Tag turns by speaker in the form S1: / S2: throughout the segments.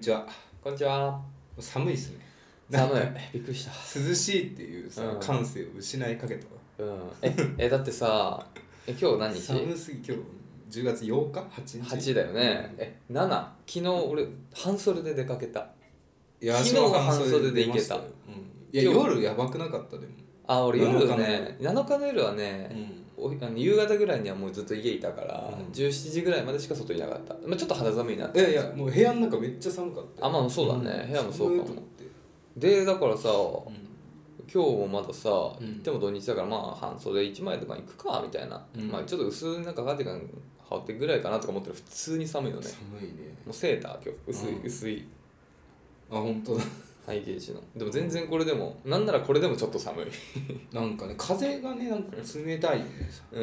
S1: ちは
S2: こんにちは。
S1: 寒いっすね
S2: 寒い
S1: なんか。
S2: びっくりした。
S1: 涼しいっていうさ、
S2: うん
S1: 感性を失いかけたわ
S2: うん。え、えだってさ、え今日何日
S1: 寒すぎ今日10月8日 ?8 日
S2: ?8 だよね。え、7。昨日俺、半袖で出かけた。
S1: いや
S2: 昨日
S1: 足も
S2: は半袖で
S1: 出ましたよ
S2: 行
S1: うん、いや
S2: 今日
S1: 夜やばくなかったでも、
S2: あ、俺夜
S1: 7日の
S2: ね、7日の夜は
S1: う
S2: ね、
S1: ん
S2: おあの夕方ぐらいにはもうずっと家いたから、
S1: うん
S2: 17時ぐらいまでしか外いなかった。まあ、ちょっと肌寒いなっ
S1: い
S2: て。
S1: やいやもう部屋の中めっちゃ寒かった
S2: あ、まあそうだね。
S1: ん
S2: 部屋もそう
S1: 寒
S2: か
S1: いと
S2: も
S1: 思。って
S2: で、だからさ、今日もまださ、
S1: うん
S2: 行っても土日だからまあ半袖1枚とか行くか、みたいな。
S1: うん
S2: まあちょっと薄いなんかカーディガン羽織ってぐらいかなとか思ったら普通に寒いよね。
S1: 寒いね
S2: もうセーター今日薄い、
S1: うん
S2: 薄い
S1: あ本当だ
S2: ハイゲージのでも全然これでもなんならこれでもちょっと寒い
S1: なんかね風がねなんか冷たいよね
S2: う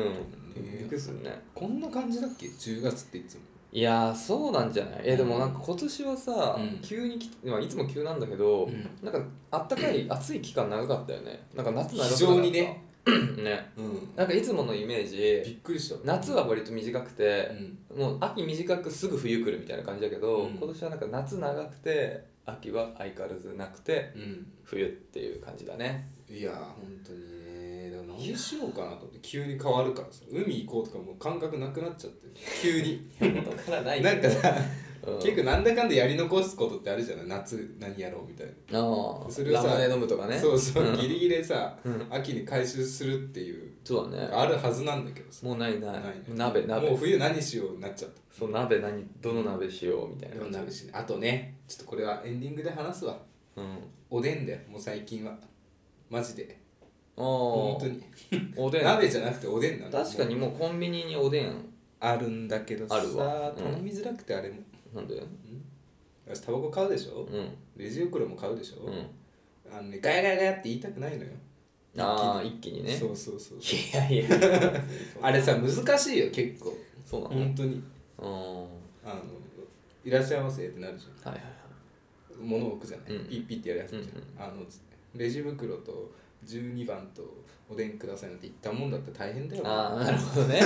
S2: ん
S1: ね
S2: びっくりするね
S1: こんな感じだっけ10月っていつも
S2: いやーそうなんじゃないえでもなんか今年はさ、
S1: うん
S2: 急にき、まあ、いつも急なんだけど、
S1: うん
S2: なんかあった かい暑い期間長かったよねなんか夏長かった
S1: 非常にね
S2: ね
S1: うん
S2: なんかいつものイメー
S1: び
S2: ジ
S1: っくりした
S2: 夏は割と短くて
S1: う、ん
S2: もう秋短くすぐ冬来るみたいな感じだけど、
S1: うん
S2: 今年はなんか夏長くて秋は相変わらずなくて
S1: うん
S2: 冬っていう感じだね
S1: いやー本当にねだから何しようかなと思って急に変わるからさ海行こうとかもう感覚なくなっちゃってる急 に
S2: 元からない
S1: なんかさ、
S2: うん
S1: 結構なんだかんだやり残すことってあるじゃない夏何やろうみたいな、
S2: ああ
S1: それを
S2: ラ
S1: さ
S2: ムネ飲むとかね
S1: そうそう、
S2: ん
S1: ギリギリさ、
S2: うん
S1: 秋に回収するっていう
S2: そうだね
S1: あるはずなんだけどさ
S2: もうないない
S1: ない
S2: 鍋
S1: もう
S2: 鍋
S1: 冬何しようになっちゃった
S2: そう鍋何どの鍋しようみたい
S1: でも
S2: な
S1: 鍋しねあとねちょっとこれはエンディングで話すわ
S2: うん
S1: おでんだよもう最近はマジで
S2: お
S1: 本当に
S2: おで ん
S1: 鍋じゃなくておでんなの
S2: 確かにもうコンビニにおでん
S1: あるんだけどさ
S2: あるわうん
S1: 頼みづらくてあれも、
S2: なんで
S1: 私タバコ買うでしょ、
S2: うん
S1: レジ袋も買うでしょ、
S2: うん
S1: あのねガヤガヤガヤって言いたくないのよ
S2: ああ一気にね
S1: そうそうそう
S2: いやい や
S1: あれさ難しいよ結構
S2: そうなの
S1: 本当に
S2: うん
S1: あのいらっしゃいませってなるじ
S2: はいはいはい
S1: ゃん物置くじゃない、
S2: うん
S1: ピッピッてやるやつじゃん、あのレジ袋と12番とおでんくださいなんて言ったもんだって大変だよ
S2: ああなるほ どね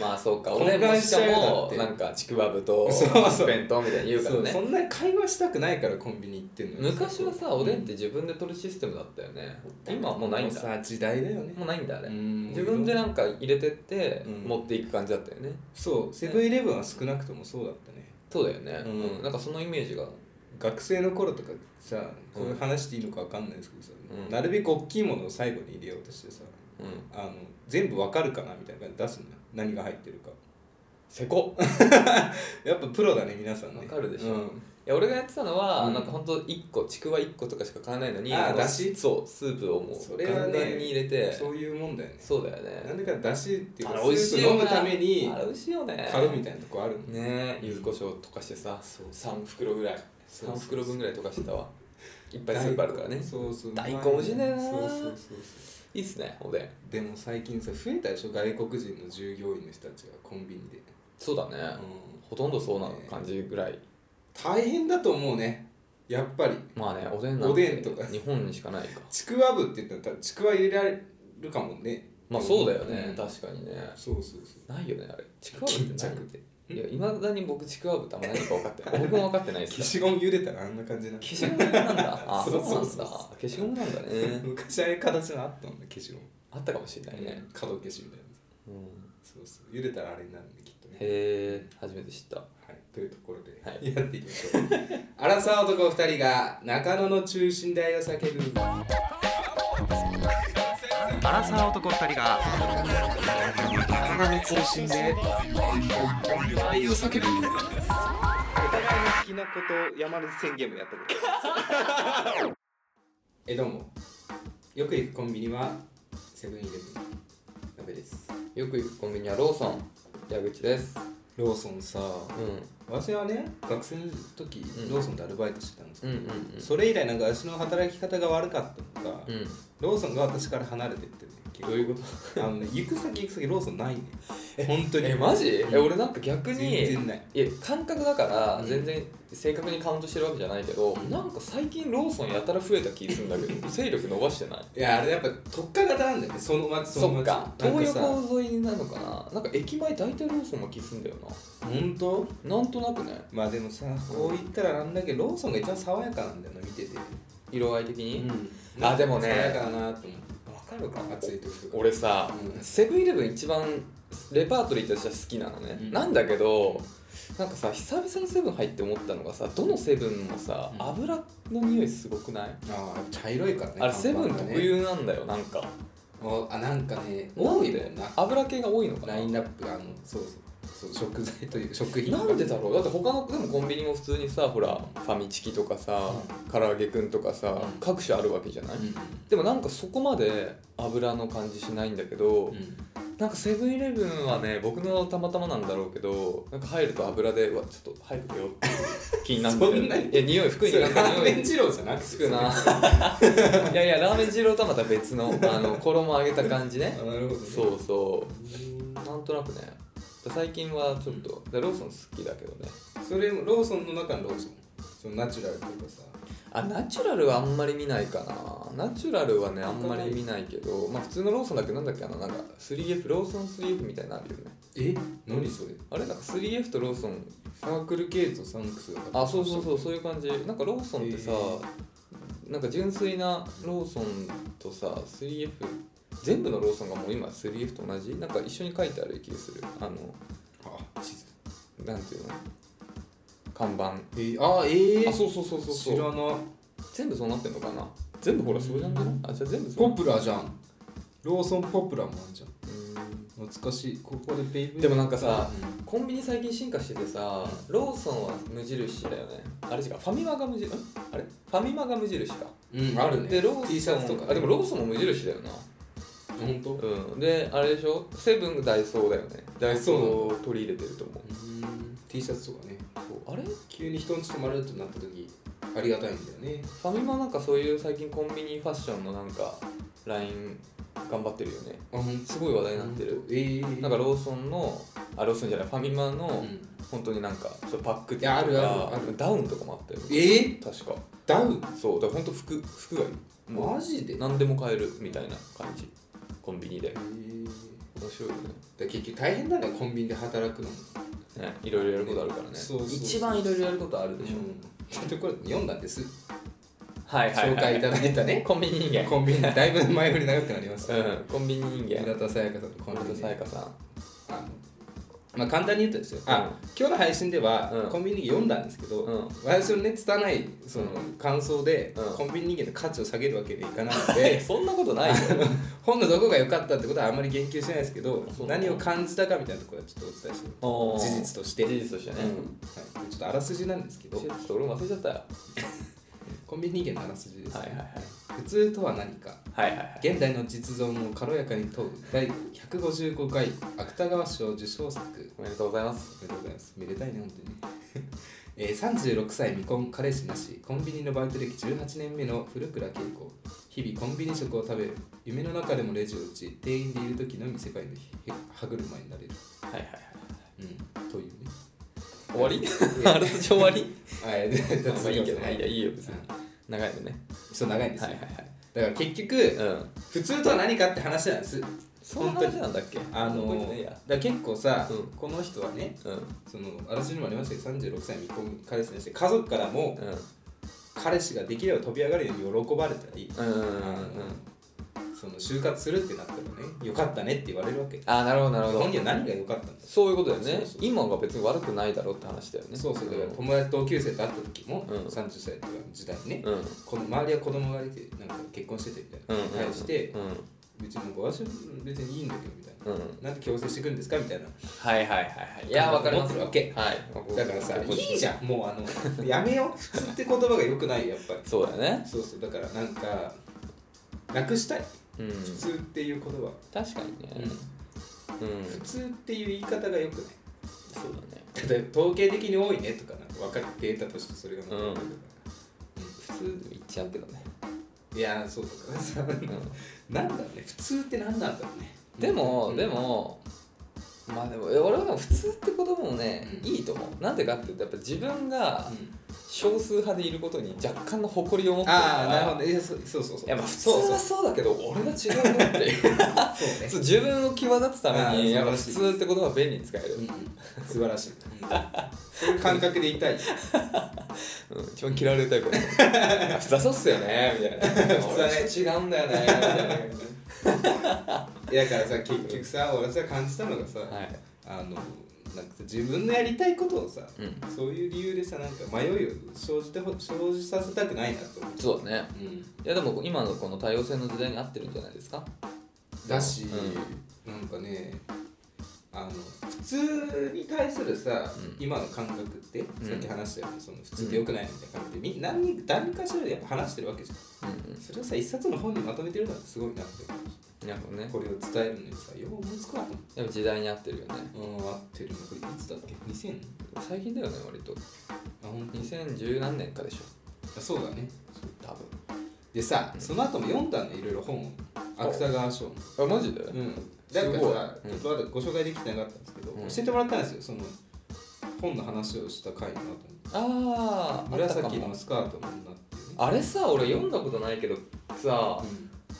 S2: まあそうかおで
S1: 混
S2: んも
S1: 乱し
S2: し
S1: ちゃうよ
S2: かも
S1: だって
S2: なんかちくわぶと
S1: そうそう
S2: スペンとみたいに言うか
S1: そ
S2: ら
S1: う
S2: ね
S1: そんな会話したくないからコンビニ行ってんのよ
S2: 昔はさおでんって自分で取るシステムだったよね今はもうないんだ
S1: もさ時代だよね
S2: もうないんだあれ
S1: うん
S2: 自分でなんか入れてって
S1: うん
S2: 持っていく感じだったよね
S1: そうセブンイレブンは少なくともそうだったね
S2: そうだよね
S1: うん
S2: うんなんかそのイメージが
S1: 学生の頃とかさこういう話していいのか分かんないですけどさ、
S2: うん
S1: なるべく大きいものを最後に入れようとしてさ
S2: うん
S1: あの全部わかるかなみたいな感じで出すのよ何が入ってるか
S2: せこ い
S1: やっぱプロだね皆さんね
S2: わかるでしょ
S1: うん
S2: や俺がやってたのは
S1: うん
S2: なんかほんと1個ちくわ1個とかしか買わないのに
S1: あー
S2: あの
S1: だし
S2: そうスープをも
S1: そうれ
S2: ガ
S1: は
S2: ン
S1: ね
S2: ガンに入れて
S1: そういうもんだよね
S2: そうだよ
S1: なん
S2: ね
S1: でかだしっていう
S2: あ
S1: か
S2: れ美味しい
S1: スー
S2: よ
S1: プ
S2: な
S1: 飲むために
S2: あれ美味しいよね
S1: 買うみたいなとこあるの
S2: ねえ柚子胡椒溶かしてさ
S1: そう
S2: 3袋ぐらい
S1: そうそう
S2: 3袋分ぐらい溶かしてたわいっぱいスープあるからね
S1: そうそう
S2: 大根美味しいね
S1: そうそうそうそう
S2: いいっすねおでん
S1: でも最近さ増えたでしょ外国人の従業員の人たちがコンビニで、
S2: そうだね、
S1: うん
S2: ほとんどそうな感じぐらい、
S1: 大変だと思うねやっぱり
S2: まあねおでんなんて
S1: おでんとか
S2: 日本にしかないか
S1: ちくわぶって言ったらちくわ入れられるかもね
S2: まあそうだよね、
S1: うん
S2: 確かにね
S1: そうそうそう
S2: ないよねあれちくわぶって何
S1: 巾
S2: っていやいまだに僕ちくわぶってあんま何か分かって ない僕も分かってないです
S1: 消しゴム茹でたらあんな感じなの
S2: 消しゴムなんだ あ
S1: そ
S2: そうう
S1: そ
S2: な
S1: うんそう
S2: だ消しゴムなんだね
S1: 昔ああいう形のあったんだ消しゴム
S2: あったかもしれないね、
S1: 角消しみたいなや
S2: うん
S1: つそうそう茹でたらあれになるんできっと
S2: へ
S1: ね
S2: え初めて知った
S1: はいというところで
S2: は
S1: やっていきましょう 荒沢、男2人が中野の中心大を叫ぶ
S2: アラサー男2人が
S1: 中野の中心で大を叫ぶお互いの好きなことを山根宣言もやったことあります えどうもよく行くコンビニはセブンイレブン鍋です
S2: よく行くコンビニはローソン矢口です
S1: ローソンさ
S2: う
S1: 私はね学生の時、
S2: うん
S1: ローソンでアルバイトしてたんですけ
S2: ん
S1: ど、
S2: うんうん
S1: それ以来なんか私の働き方が悪かったのか、
S2: うんうん
S1: ローソンが私から離れてってね
S2: どういうこと
S1: あのね行く先行く先ローソンないね
S2: え
S1: 本当に
S2: えマジえ俺なんか逆に
S1: 全然ない
S2: いや感覚だから
S1: うん
S2: 全然正確にカウントしてるわけじゃないけど、なんか最近ローソンやたら増えた気するんだけ ど勢力伸ばしてない
S1: いやあれやっぱ特化型なんだよねそのまその
S2: そっか
S1: なん
S2: 東
S1: さ
S2: 横沿いなのかななんか駅前大体ローソンの気すんだよ
S1: 本当
S2: ななんとなくね
S1: まあでもさこう言ったらなんだけどローソンが一番爽やかなんだよな見てて、
S2: 色合い的に、
S1: なんか
S2: あでもね
S1: 爽やかだなと思
S2: わかるか
S1: う暑い時とか
S2: 俺さ、
S1: うん
S2: セブンイレブン一番レパートリーとしては好きなのね、
S1: うん
S2: なんだけどなんかさ久々にセブン入って思ったのがさどのセブンもさ、
S1: うん
S2: 油の匂いすごくない、
S1: ああ茶色いからね
S2: あれセブ
S1: 看
S2: ン
S1: 板がね
S2: 特有なんだよなんか
S1: おあなんかね
S2: なん
S1: 多い
S2: で
S1: もんな
S2: 油系が多いのかな
S1: ラインナップあのそうそうそう食材という食品
S2: なんでだろうだって他のでもコンビニも普通にさほらファミチキとかさ、唐揚げくんとかさ、
S1: うん
S2: 各種あるわけじゃない、でもなんかそこまで油の感じしないんだけど、
S1: うんうん
S2: なんかセブンイレブンはね僕のたまたまなんだろうけどなんか入ると油でうわちょっと入るよっていう気になって
S1: そんなに
S2: いや匂い服になんか
S1: ラー
S2: 匂
S1: メン
S2: い
S1: 二郎じゃなくて
S2: つくな いやいやラーメン二郎とはまた別のあ の衣揚げた感じ
S1: あ
S2: ね
S1: なるほど、ね、
S2: そうそう
S1: うん
S2: なんとなくね最近はちょっとでローソン好きだけどね
S1: それもローソンの中のローソンそのナチュラルというかさ
S2: あナチュラルはあんまり見ないかなナチュラルはねあんまり見ないけどまあ普通のローソンだけどなんだっけあのなんか 3F ローソン 3F みたいなのあるよね
S1: え何それ
S2: あれなんか 3F とローソン
S1: サークル系とサンクスだから
S2: あそうそうそうそういう感じなんかローソンってさ、
S1: へ
S2: なんか純粋なローソンとさ 3F 全部のローソンがもう今 3F と同じなんか一緒に書いてある気がするあの
S1: あ地図
S2: なんていうの看板
S1: えー、あええ
S2: あそうそうそうそう
S1: 知
S2: そう
S1: らない
S2: 全部そうなってんのかな全部ほらそうじゃんじゃないあじゃあ全部そう
S1: ポプラじゃんローソンポプラもあんじゃん
S2: うーん
S1: 懐かしいここでベイブ
S2: でもなんかさ
S1: うん
S2: コンビニ最近進化しててさローソンは無印だよねあれ違うファミマが無印んあれファミマが無印か
S1: うん、あるね。
S2: でローソン
S1: T シャツとか、
S2: あでもローソンも無印だよな
S1: 本当。
S2: うん、であれでしょセブンダイソーだよねダイソーを取り入れてると思う
S1: T シャツとかね。
S2: あれフ
S1: 急に人んち泊まれるとなった時、ありがたいんだよね。
S2: ァミマなんかそういう最近コンビニファッションのなんかライン頑張ってるよね
S1: あ、本
S2: すごい話題になってる。
S1: ええー。
S2: なんかローソンのあローソンじゃないファミマ
S1: う
S2: の
S1: ん
S2: 本当になんかそうパック
S1: いやあるあるあ
S2: ダウンとかもあったよ
S1: えー、
S2: 確か
S1: ダウン。
S2: そうだから本当服服がいいも
S1: マジで。
S2: う何でも買えるみたいな感じコンビニで
S1: えー
S2: 面白いよね
S1: だから結局大変なんだよ、コンビニで働くのも。
S2: ねいろいろやることあるからね
S1: そうそうそう
S2: 一番いろいろやることあるでしょ、
S1: うんちょっとこれ読んだんです。
S2: はいはい、はい、
S1: 紹介いただいたね。
S2: コンビニ人間
S1: コンビニ、だいぶ前振り長くなりました。
S2: うんコンビニ人
S1: 日
S2: 間
S1: 向さやかさんとコ
S2: 本
S1: ンビ
S2: 田
S1: ニ
S2: さや
S1: で。
S2: かさん
S1: あのまあ、簡単に言うとですよ。あ、今日の配信では、
S2: うん
S1: コンビニ読んだんですけど、
S2: うん
S1: 私のね拙いその
S2: うん
S1: 感想で、
S2: うん
S1: コンビニ人間の価値を下げるわけにはいかないの
S2: え
S1: で
S2: そんなこ とないよ
S1: 本のどこが良かったってことはあんまり言及してないですけど
S2: そう
S1: 何を感じたかみたいなところはちょっとお伝えして
S2: おー
S1: 事実として
S2: 事実としてね、
S1: うんはい、ちょっとあらすじなんですけど
S2: ちょっと俺も忘れちゃったよ
S1: コンビニ人間のあらすじです、
S2: はいはいはい
S1: 普通とは何か
S2: はいはいはい
S1: 現代の実存を軽やかに問う第155回芥川賞受賞作
S2: おめでとうございます
S1: ありがとうございます。めでたいね、本当に。 えー、36歳未婚彼氏なしコンビニのバイト歴18年目の古倉恵子日々コンビニ食を食べる夢の中でもレジを打ち店員でいる時のみ世界のへ歯車になれる、
S2: はいはいはい
S1: うん、というね
S2: 終わり あらすじ終わり
S1: あえーで
S2: まあいいけど
S1: は
S2: ねいやいいよ別
S1: う
S2: に
S1: ん
S2: 長いのね
S1: そう長いんです
S2: は
S1: よ、
S2: いはい
S1: だから結局
S2: はいうん
S1: 普通とは何かって話なんです
S2: そんな話なんだっけ
S1: あ
S2: 覚
S1: の
S2: えてない
S1: ーだ
S2: や
S1: から結構さ、
S2: うん
S1: この人はね
S2: うん
S1: そのあらすじにもありましたけど36歳未婚彼氏なし家族からも
S2: うん
S1: 彼氏ができれば飛び上がるように喜ばれたり、
S2: うんうんうんうん
S1: その就活するってなったらねよかったねって言われるわけ
S2: あーなるほどなるほ
S1: 本人
S2: ど
S1: は何が良かったんだ
S2: そういうことだよね
S1: そうそう
S2: 今が別に悪くないだろうって話だよね
S1: そうそうだから
S2: ん
S1: 友達同級生と会った時も、
S2: うん
S1: 30歳とかの時代にね、
S2: うん
S1: この周りは子供がいてなんか結婚しててみたいな、に対して、
S2: うんうん
S1: 別に私は別にいいんだけどみたいな、
S2: うん
S1: なんで強制してくんですかみたいな
S2: はいはいはいはいいやわかります
S1: 思ってる
S2: はい
S1: だからさ
S2: 僕
S1: いいじゃんもうあのやめよう普通って言葉が良くないやっぱり
S2: そうだよね
S1: そうそうだからなんかなくしたい
S2: うん
S1: 普通っていう言葉、
S2: 確かにねうん、
S1: 普通っていう言い方が良くない
S2: そうだね
S1: 例えば統計的に多いねとかなんか分かるデータとしてそれが載ってるとか、
S2: 普通言っちゃうけどね
S1: いやそうださなんだろうね普通って何なんだろうね
S2: でも、
S1: うん
S2: でもまあでもえ俺はでも普通って言葉もね、
S1: うん
S2: いいと思うなんでかっていうとやっぱ自分が
S1: うん
S2: 少数派でいることに若干の誇りを持ってるから
S1: ああなるほどねいやそうそうそうそう
S2: いやまあ普通
S1: そうそう
S2: はそうだけど俺が違うなってい う
S1: そうね
S2: そう自分を際立つために
S1: あー
S2: やっぱ普
S1: 素晴らしい
S2: 通って言葉は便利に使える、
S1: うん素晴らしいそういう感覚でいた い
S2: うん一番嫌われるタイ プだあ普通はそうっすよねみたいな
S1: 普通はね
S2: 俺は違うんだよねみたいな
S1: い やだからさ結局さ俺さ感じたのがさ、
S2: はい
S1: あのなんかさ自分のやりたいことをさ、
S2: うん
S1: そういう理由でさなんか迷いを生じてほ生じさせたくないなと思う、
S2: そうだね
S1: うん、
S2: いやでも今のこの多様性の時代に合ってるんじゃないですか
S1: だし、
S2: う
S1: なんかねあの普通に対するさ、
S2: うん
S1: 今の感覚って
S2: ん
S1: さっき話したよね、その普通でよくないみたいな感じでみ何人何かしらでやっぱ話してるわけじゃん
S2: うんうん
S1: それをさ一冊の本にまとめてるのはすごいなって思う
S2: なるほどね
S1: これを伝えるのにさよう思いつくわと
S2: でも時代に合ってるよね
S1: 思ってうん合ってるのこれいつだっけ 2000?
S2: 最近だよね割と
S1: あ本当に
S2: 2010何年かでしょ
S1: あそうだね
S2: 多分
S1: でさ、
S2: ん
S1: その後も読んだんだよいろいろ本を芥川賞の
S2: あマジで、
S1: うん
S2: す
S1: なんか
S2: ごい
S1: さ、
S2: うん
S1: ちょっとまだご紹介できてなかったんですけど、
S2: う
S1: 教
S2: ん
S1: えてもらったんですよその本の話をした回の後に
S2: ああ
S1: 紫のスカートの女っていうね
S2: あれさ俺読んだことないけどさ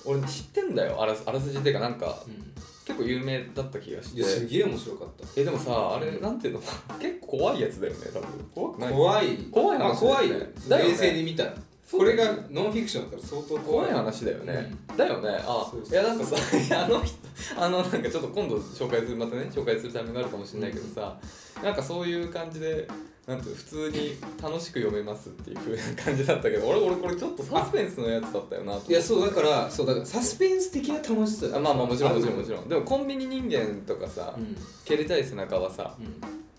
S2: 俺知ってんだよあらあらすじっていうかなんか
S1: うん
S2: 結構有名だった気がし
S1: いやす
S2: て
S1: げえ面白かっ
S2: えでもさあれなんていうの 結構怖いやつだよね多分怖く
S1: た
S2: ない
S1: 怖い
S2: 怖い話だ
S1: ま
S2: よ
S1: あ
S2: ね
S1: 怖いよ
S2: だよね
S1: 冷静に見たら
S2: そう
S1: これがノンフィクションだから相当怖
S2: 怖
S1: い
S2: い話だよね、だよねあ
S1: そうそう
S2: いやなんかさ いやあの人あのなんかちょっと今度紹介するまたね紹介するタイミングがあるかもしれないけどさ、なんかそういう感じでなんていうの普通に楽しく読めますっていう風な感じだったけど俺俺これちょっとサスペンスのやつだったよなと思って
S1: いやそうだからそうだからサスペンス的な楽しさ
S2: あまあまあもちろんもちろんもち
S1: ろん
S2: ろんでもコンビニ人間とかさ、
S1: うん
S2: 蹴りたい背中はさ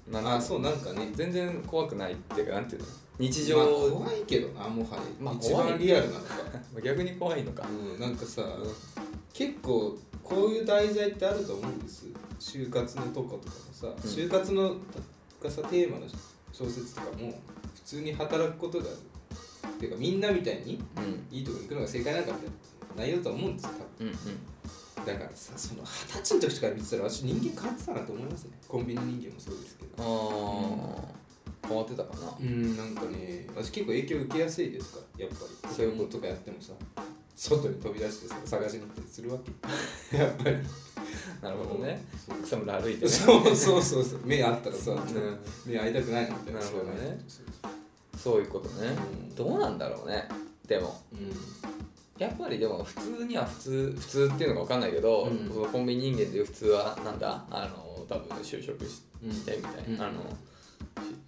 S2: なんか
S1: あそうなんかね
S2: 全然怖くないっていうかなんていうの日常、
S1: まあ怖いけどなもはや、
S2: まあ
S1: 一
S2: 怖
S1: 番
S2: い
S1: リアルなのか、
S2: 逆に怖いのか、
S1: うん、なんかさ結構こういう題材ってあると思うんです就活のとことかもさ、
S2: うん
S1: 就活のがさテーマの小説とかも普通に働くことがっていうかみんなみたいに
S2: うん、
S1: いいとこ行くのが正解なんかみたいな内容だと思うんですよ
S2: うんうん
S1: 多分だからさその二十歳の時から見てたら私人間変わってたなと思いますねコンビニ人間もそうですけど
S2: ああ、変わってたかな
S1: うんなんかね私結構影響受けやすいですからやっぱりそういうこととかやってもさ外に飛び出してさ探しに行ったりするわけ やっぱり
S2: なるほどね
S1: そう
S2: 草むら歩いてね
S1: そうそうそうそう目あったらさ、
S2: うん
S1: 目合いたくないなみたいな
S2: なるほどね
S1: そうそ
S2: そういうことね
S1: うん
S2: どうなんだろうねでも
S1: ううん
S2: やっぱりでも普通には普通普通っていうのが分かんないけど、
S1: うん
S2: そのコンビニ人間っていう普通はなんだあの多分就職し
S1: うん
S2: してみたいな、
S1: うん
S2: あの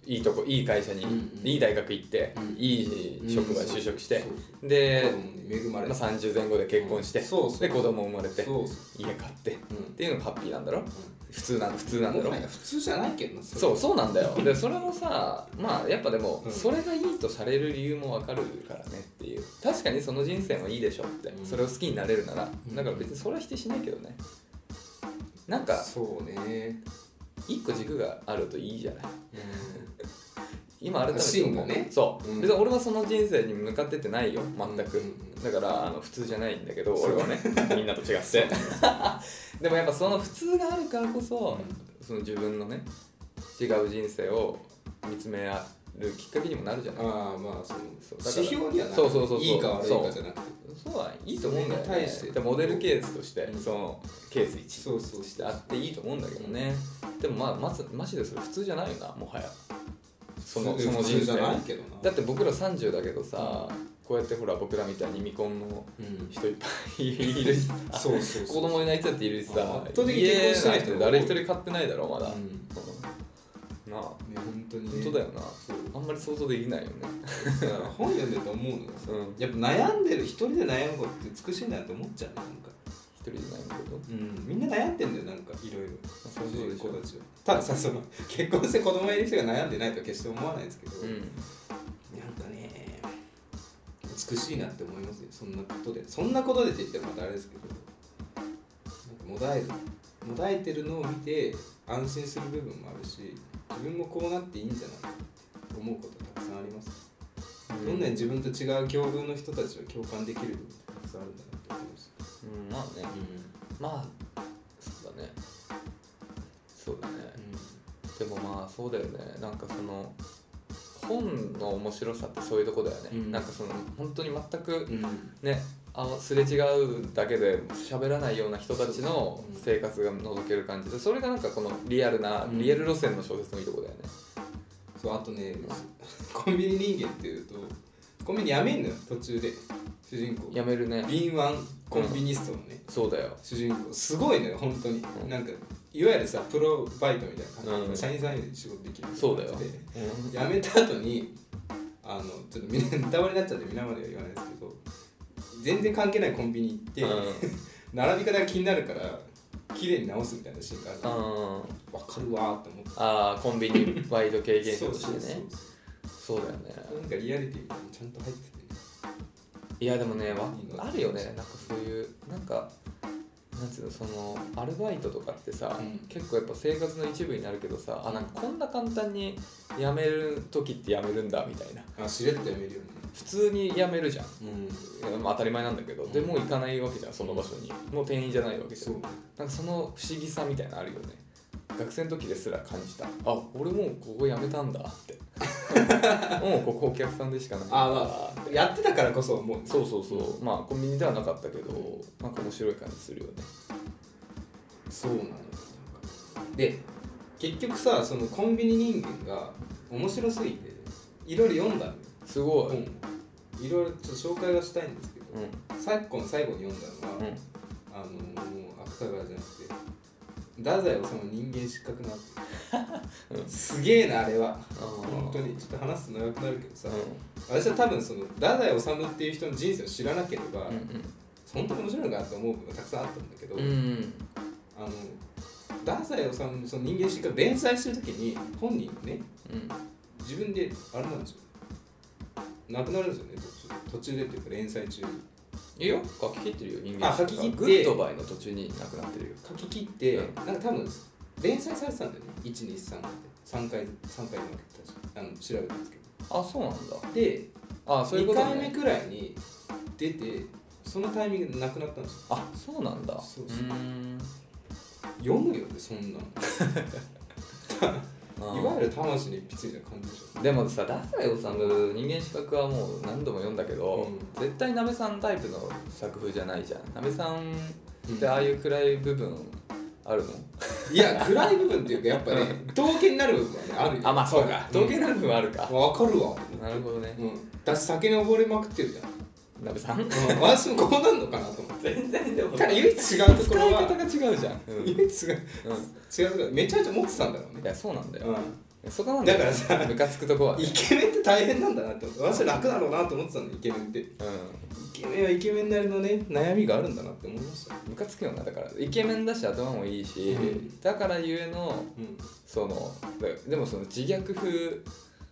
S2: いいとこいい会社に、
S1: うんうん
S2: いい大学行って、
S1: うん
S2: いい職場に就職して
S1: そう、
S2: で
S1: そう、子供に恵ま
S2: まあ、
S1: れて
S2: 30前後で結婚して、
S1: うんそうそう
S2: で子供生まれて
S1: そうそ
S2: 家買ってっ
S1: う、うん
S2: ていうのがハッピーなんだろ普通なん普通なんだ
S1: も
S2: ろ
S1: はや普通じゃないけどなれ
S2: そうそうなんだよでそれもさまあやっぱでも、
S1: うん
S2: それがいいとされる理由もわかるからねっていう確かにその人生もいいでしょって、
S1: うん
S2: それを好きになれるなら、
S1: うん
S2: だから別にそれは否定しないけどねなんか
S1: そうね、
S2: 一個軸があるといいじゃない
S1: うん、
S2: 今改めて
S1: 芯
S2: 思
S1: が
S2: う
S1: ね
S2: そう、
S1: うん
S2: 別に俺はその人生に向かってってないよ全く、
S1: うんうんうん
S2: だからあの普通じゃないんだけど
S1: そう
S2: 俺は ねみんなと違ってでもやっぱその普通があるからこそ、その自分のね違う人生を見つめ合うきっかけにもなるじゃない
S1: ああまあその
S2: そうだから
S1: 指標にはな
S2: そうそうそうそう
S1: いいか悪いかじゃなくて
S2: そうはいいと思うんだよ
S1: それに
S2: ね
S1: 対して
S2: でモデルケースとして、
S1: うん
S2: そのケース1
S1: そうそう
S2: としてあっていいと思うんだけどね、でもまあまずマジでそれ普通じゃないよなもはやその
S1: 普通
S2: その人
S1: 普通じゃ
S2: 生
S1: ないけどな
S2: だって僕ら30だけどさ、こうやってほら僕らみたいに未婚の
S1: うん
S2: 人いっぱいいるしさ
S1: そうそう
S2: 子
S1: そう
S2: 供いない人だっているしさ
S1: あ圧倒的に結婚してない人
S2: 家なんて誰一人買ってないだろまだ、
S1: うん
S2: うんなあ
S1: ね本当にね
S2: 本当だよな
S1: そう
S2: あんまり想像できないよね
S1: さ本読んでると思うのがさ、
S2: うん
S1: やっぱ悩んでる一人で悩むことって美しいなって思っちゃうねなんか、
S2: 一人で悩むこと
S1: うん、みんな悩んでんだよなんかいろいろ
S2: そうそうでしょ
S1: 子たちはたださその結婚して子供がいる人が悩んでないとは決して思わないですけど、
S2: うん
S1: なんかね美しいなって思いますよそんなことでそんなことでって言ってもまたあれですけどなんかもだえるもだえてるのを見て安心する部分もあるし自分もこうなっていいんじゃないかって思うことたくさんあります
S2: ううん
S1: どんなに自分と違う境遇の人たちは共感できる部分がたくさんあるんだなと思いました
S2: うんまあねまあそうだねそうだね、でもまあそうだよねなんかその本の面白さってそういうとこだよね、
S1: うん
S2: なんかその本当に全く
S1: うん
S2: ねあすれ違うだけで喋らないような人たちの
S1: そう
S2: 生活が覗ける感じでそれがなんかこのリアルな、
S1: うん
S2: リアル路線の小説のいいとこだよね
S1: そうあとねコンビニ人間っていうとコンビニやめんのよ途中で主人公
S2: やめるね
S1: 敏腕コンビニストのね、
S2: そうだよ
S1: 主人公すごいのよ本当に、
S2: うん
S1: なんかいわゆるさプロバイトみたいな感じで、
S2: うん
S1: 社員さんより仕事できる
S2: そうだよ
S1: で辞めた後にあのちょっとみんなネタバレになっちゃって皆までは言わないですけど全然関係ないコンビニ行って、並び方が気になるから綺麗に直すみたいなシーンが
S2: う
S1: ある
S2: ん、うん、
S1: わかるわーって思って
S2: ああコンビニバイト経験者
S1: そう
S2: とし
S1: そうそう
S2: てねそうだよね
S1: そうなんかリアリティみたいなのちゃんと入っててね
S2: いやでもねわ
S1: いいの
S2: あるよねなんかそういうなんかなんつうのそのアルバイトとかってさ、
S1: うん
S2: 結構やっぱ生活の一部になるけどさあなんかこんな簡単に辞める時って辞めるんだみたいな
S1: あしれっとやめるよね
S2: 普通に辞めるじゃん
S1: うん
S2: いやまあ当たり前なんだけど、
S1: うん
S2: でもう行かないわけじゃんその場所にもう店員じゃないわけじゃ
S1: そ
S2: ん
S1: う
S2: なんかその不思議さみたいなのあるよね学生の時ですら感じたあ俺もうここ辞めたんだって もうここお客さんでしかないんだ
S1: あまあやってたからこそもう
S2: そうそうそうまあコンビニではなかったけどなんか面白い感じするよね
S1: そうなのよで結局さそのコンビニ人間が面白すぎていろいろ読んだのよ
S2: すごい
S1: 本をいろいろちょっと紹介はしたいんですけど、
S2: うん
S1: 昨今最後に読んだのは、
S2: う
S1: あのもう芥川じゃなくて太宰治の人間失格なっていう、
S2: うん
S1: すげえなあれは
S2: ー
S1: 本当にちょっと話すと長くなるけどさ、
S2: ん
S1: 私は多分その太宰治っていう人の人生を知らなければ、
S2: う
S1: そん、本当に面白いのかなって思う部分がたくさんあったんだけど、
S2: んうんうん
S1: あの太宰治のその人間失格連載してる時に本人ね
S2: うん
S1: 自分であれなんですよ亡くなるんですよね途中途中でっていうか連載中に
S2: いいよ書き切ってるよ人間
S1: あ書き切って
S2: グッドバイの途中になくなってるよ
S1: 書き切って、
S2: うん
S1: なんか多分連載されてたんだよね123で3回三回分けてたしあの調べたんですけど
S2: あそうなんだ
S1: で
S2: あそういう
S1: 2
S2: こと
S1: 回目
S2: ね
S1: くらいに出てそのタイミングで亡くなったんですよ
S2: あそうなんだ
S1: そうそう
S2: ーん
S1: 読むよねそんな
S2: あ
S1: の
S2: ー
S1: いわゆる魂にぴっついた感じでしょ
S2: でもさ太宰治人間資格はもう何度も読んだけど、
S1: う
S2: 絶対鍋さんタイプの作風じゃないじゃん鍋さんって
S1: うん
S2: ああいう暗い部分あるの、
S1: いや暗い部分っていうかやっぱね 統計になる部分はねあるよ
S2: あまあそうか
S1: 統
S2: 統
S1: 計
S2: 計な部分はあるか、
S1: わかるわ
S2: なるほどね
S1: うん私酒に溺れまくってる じゃん
S2: 鍋さん
S1: うん私もこうなんのかなと思って
S2: 全然でも
S1: ただ
S2: 使い
S1: 唯一違うところ
S2: 方
S1: は
S2: が違うじゃん、うん
S1: 唯一違う違うところめちゃめちゃ持ってたんだろうね
S2: いやそうなんだよ、
S1: う
S2: そこなんだよ
S1: だからさ
S2: ムカつくとこは
S1: ん、イケメンって大変なんだなって思って私は楽だろうなと思ってたのイケメンってイ
S2: う
S1: ケメンはイケメンなりのね悩みがあるんだなって思いました
S2: んムカつくよなだからイケメンだし頭もいいし、
S1: うん
S2: だからゆえの
S1: うん
S2: そのでもその自虐風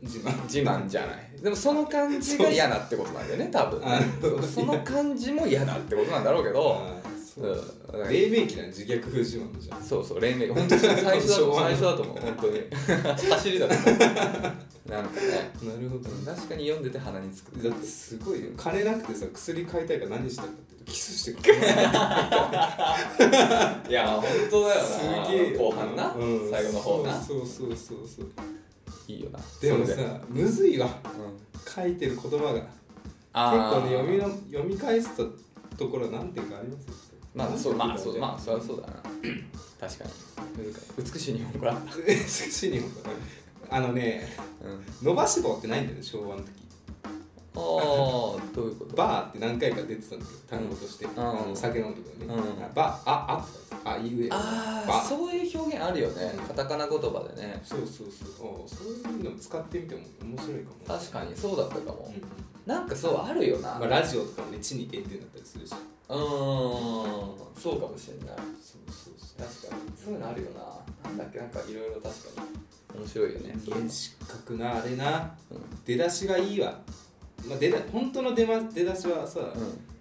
S1: 自慢
S2: 自慢じゃないでもその感じが嫌なってことなんだよね多
S1: あ
S2: 分その感じも嫌だってことなんだろうけど、、
S1: あーそううん
S2: だから
S1: 黎明期な自虐風自慢じゃん
S2: そうそう黎明本当に最初だと
S1: 昭和の
S2: 最初だと思う本当に走りだと思うなんかね
S1: なるほど
S2: 確かに読んでて鼻につく
S1: だってすごいよ金なくてさ薬買いたいから何したんだって言うとキスしてくる
S2: いや本当だよな
S1: すげえよ
S2: 後半な、
S1: うん
S2: 最後の方な
S1: そうそうそうそう
S2: いいよな
S1: でも
S2: そ
S1: さ
S2: れで
S1: むずいわ
S2: うん
S1: 書いてる言葉が結
S2: あー
S1: 構ね読みの読み返したところなんていうかありますよ
S2: まあそうまあ
S1: なんて
S2: そ
S1: いうか
S2: まあそりゃそうだな確かに美しい日本語だった、
S1: しにもあのね
S2: うん、
S1: 伸ばし棒ってないんだよね昭和の時
S2: ああどういうこと
S1: バーって何回か出てたんだけど単語として、
S2: ん
S1: あの酒飲んでくるね、
S2: うん
S1: あバーあああいうえ
S2: あ
S1: バー
S2: あそういう表現あるよね
S1: うん
S2: カタカナ言葉でね
S1: そうそうそうあそういうのも使ってみても面白いかも
S2: 確かにそうだったかも
S1: うん
S2: なんかそうあるよな
S1: まあ、
S2: う
S1: ラジオとかもね地に限定だったりするし
S2: ーんそうかもしれない
S1: そうそうそ
S2: 確かにそういうのあるよななんだっけなんかいろいろ確かに面白いよね
S1: 人間失格なあれな
S2: うん
S1: 出だしがいいわ、まあ、出だ本当の出,、ま、出だしはさ、
S2: う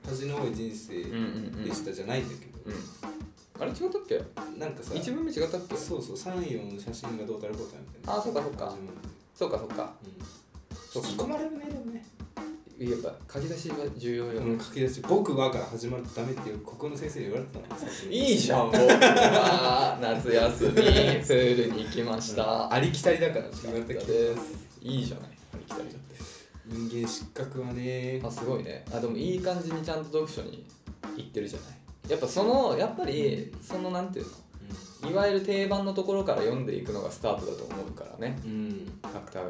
S1: 恥の多い人生
S2: んうんうんうん
S1: でしたじゃないんだけど、
S2: うんあれ違ったっけ
S1: なんかさ
S2: 一文目違ったっけ
S1: そうそう34の写真がどうたらこうたらみたいな
S2: あそうかそうか
S1: 始まる
S2: そうかそうか
S1: うん
S2: そうか
S1: 引き込まれるねでもね
S2: やっぱ書き出しが重要よ、
S1: うん、書き出し「僕は」から始まるとダメっていう国語の先生に言われてたの最初に
S2: いいじゃ んもうあー夏休みプールに行きました、
S1: ありきたりだからって言
S2: よか
S1: わ
S2: っ
S1: れ
S2: た
S1: たけ
S2: で
S1: ど
S2: すいいじゃないありきたりだって
S1: 人間失格はね
S2: あすごいねあでもいい感じにちゃんと読書に行ってるじゃないやっぱそのやっぱりそのなんていうのいわゆる定番のところから読んでいくのがスタートだと思うからね
S1: うん、うん
S2: 芥川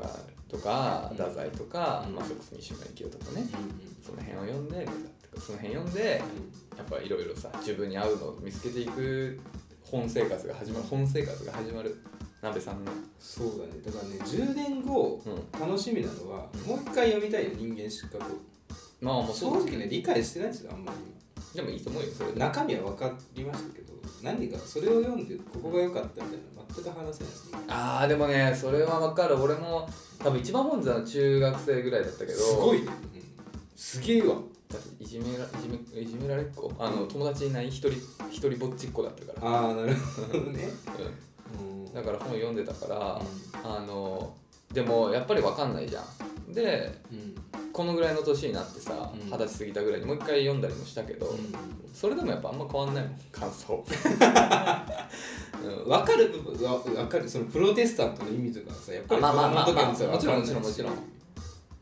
S2: とか
S1: うん
S2: 太宰とか、
S1: うん
S2: まあ、それこそ三島由紀夫とかねその辺を読んでその辺読んでやっぱいろいろさ自分に合うのを見つけていく本生活が始まる本生活が始まる鍋さんの
S1: そうだねだからね10年後
S2: うん
S1: 楽しみなのはもう一回読みたいよ人間失格を
S2: まあもう
S1: 正
S2: そう
S1: 直ね理解してないんですよあんまり
S2: でもいいと思うよそれで
S1: 中身は分かりましたけど何がそれを読んでここが良かったみたいなの全く話せないですね
S2: あーでもねそれは分かる俺も多分一番本座の中学生ぐらいだったけど
S1: すごいね、すげえわ
S2: だっていじめらいじめいじめられっ子あの友達いない一人一人ぼっちっ子だったか
S1: ああなるほどね
S2: ら、
S1: う
S2: う
S1: ん
S2: ん、だから本読んでたから、あのでもやっぱり分かんないじゃんで
S1: うん
S2: このぐらいの年になってさ
S1: うん
S2: 二十、歳過ぎたぐらいにもう一回読んだりもしたけど、それでもやっぱあんま変わんないもん感想、うん
S1: 分かる部分は分かるそのプロテスタントの意味とかさやっぱり
S2: あまあまあまあ
S1: 子供の時は
S2: もちろん
S1: 分かないし
S2: もちろんもち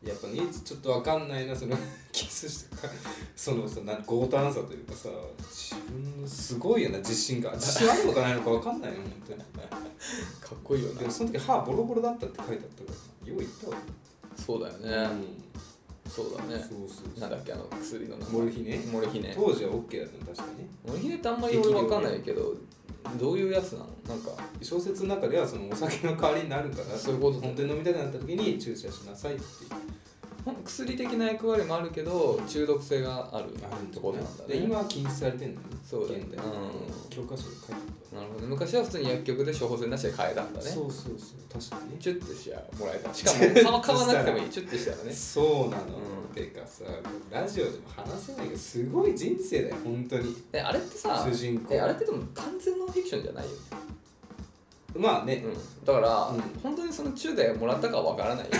S1: やっぱねちょっと分かんないなその キスしたかそのさな強盗暗さというかさ自分のすごいよな自信が自信あるのかないのか分かんないよ本当に
S2: かっこいいよな
S1: でもその時歯ボロボロだったって書いてあったからよう言ったわ
S2: そうだよね、そうだね
S1: そうそうそう
S2: なんだっけあの薬の名前
S1: モルヒネ
S2: モルヒネ
S1: 当時は OK だったの確かに
S2: モルヒネってあんまり俺わかんないけどどういうやつなのなんか
S1: 小説の中ではそのお酒の代わりになるから
S2: そういうこと
S1: 本当に飲みたくなった時に注射しなさいっていう
S2: ほん薬的な役割もあるけど中毒性がある
S1: ある
S2: と
S1: とこ
S2: ころ
S1: ね
S2: なんだね
S1: で今は禁止されてんだよね
S2: そうだよ
S1: 現代、
S2: うん
S1: 教科書に書いてあっ
S2: なるほどね昔は普通に薬局で処方箋なしで買えたん
S1: た
S2: だ
S1: わ
S2: ね
S1: そうそうそう確かに
S2: チュッてしちゃもらえ たしかも買わ買わなくてもいいチュッてしたらね
S1: ねそうなの、
S2: うん
S1: てかさラジオでも話せないけどすごい人生だよ本当に
S2: えあれってさ
S1: 主人公
S2: えあれってでも完全ノンフィクションじゃないよね、
S1: まあね、
S2: うん、だから、
S1: うん
S2: 本当にその中でもらったかはわから ないよ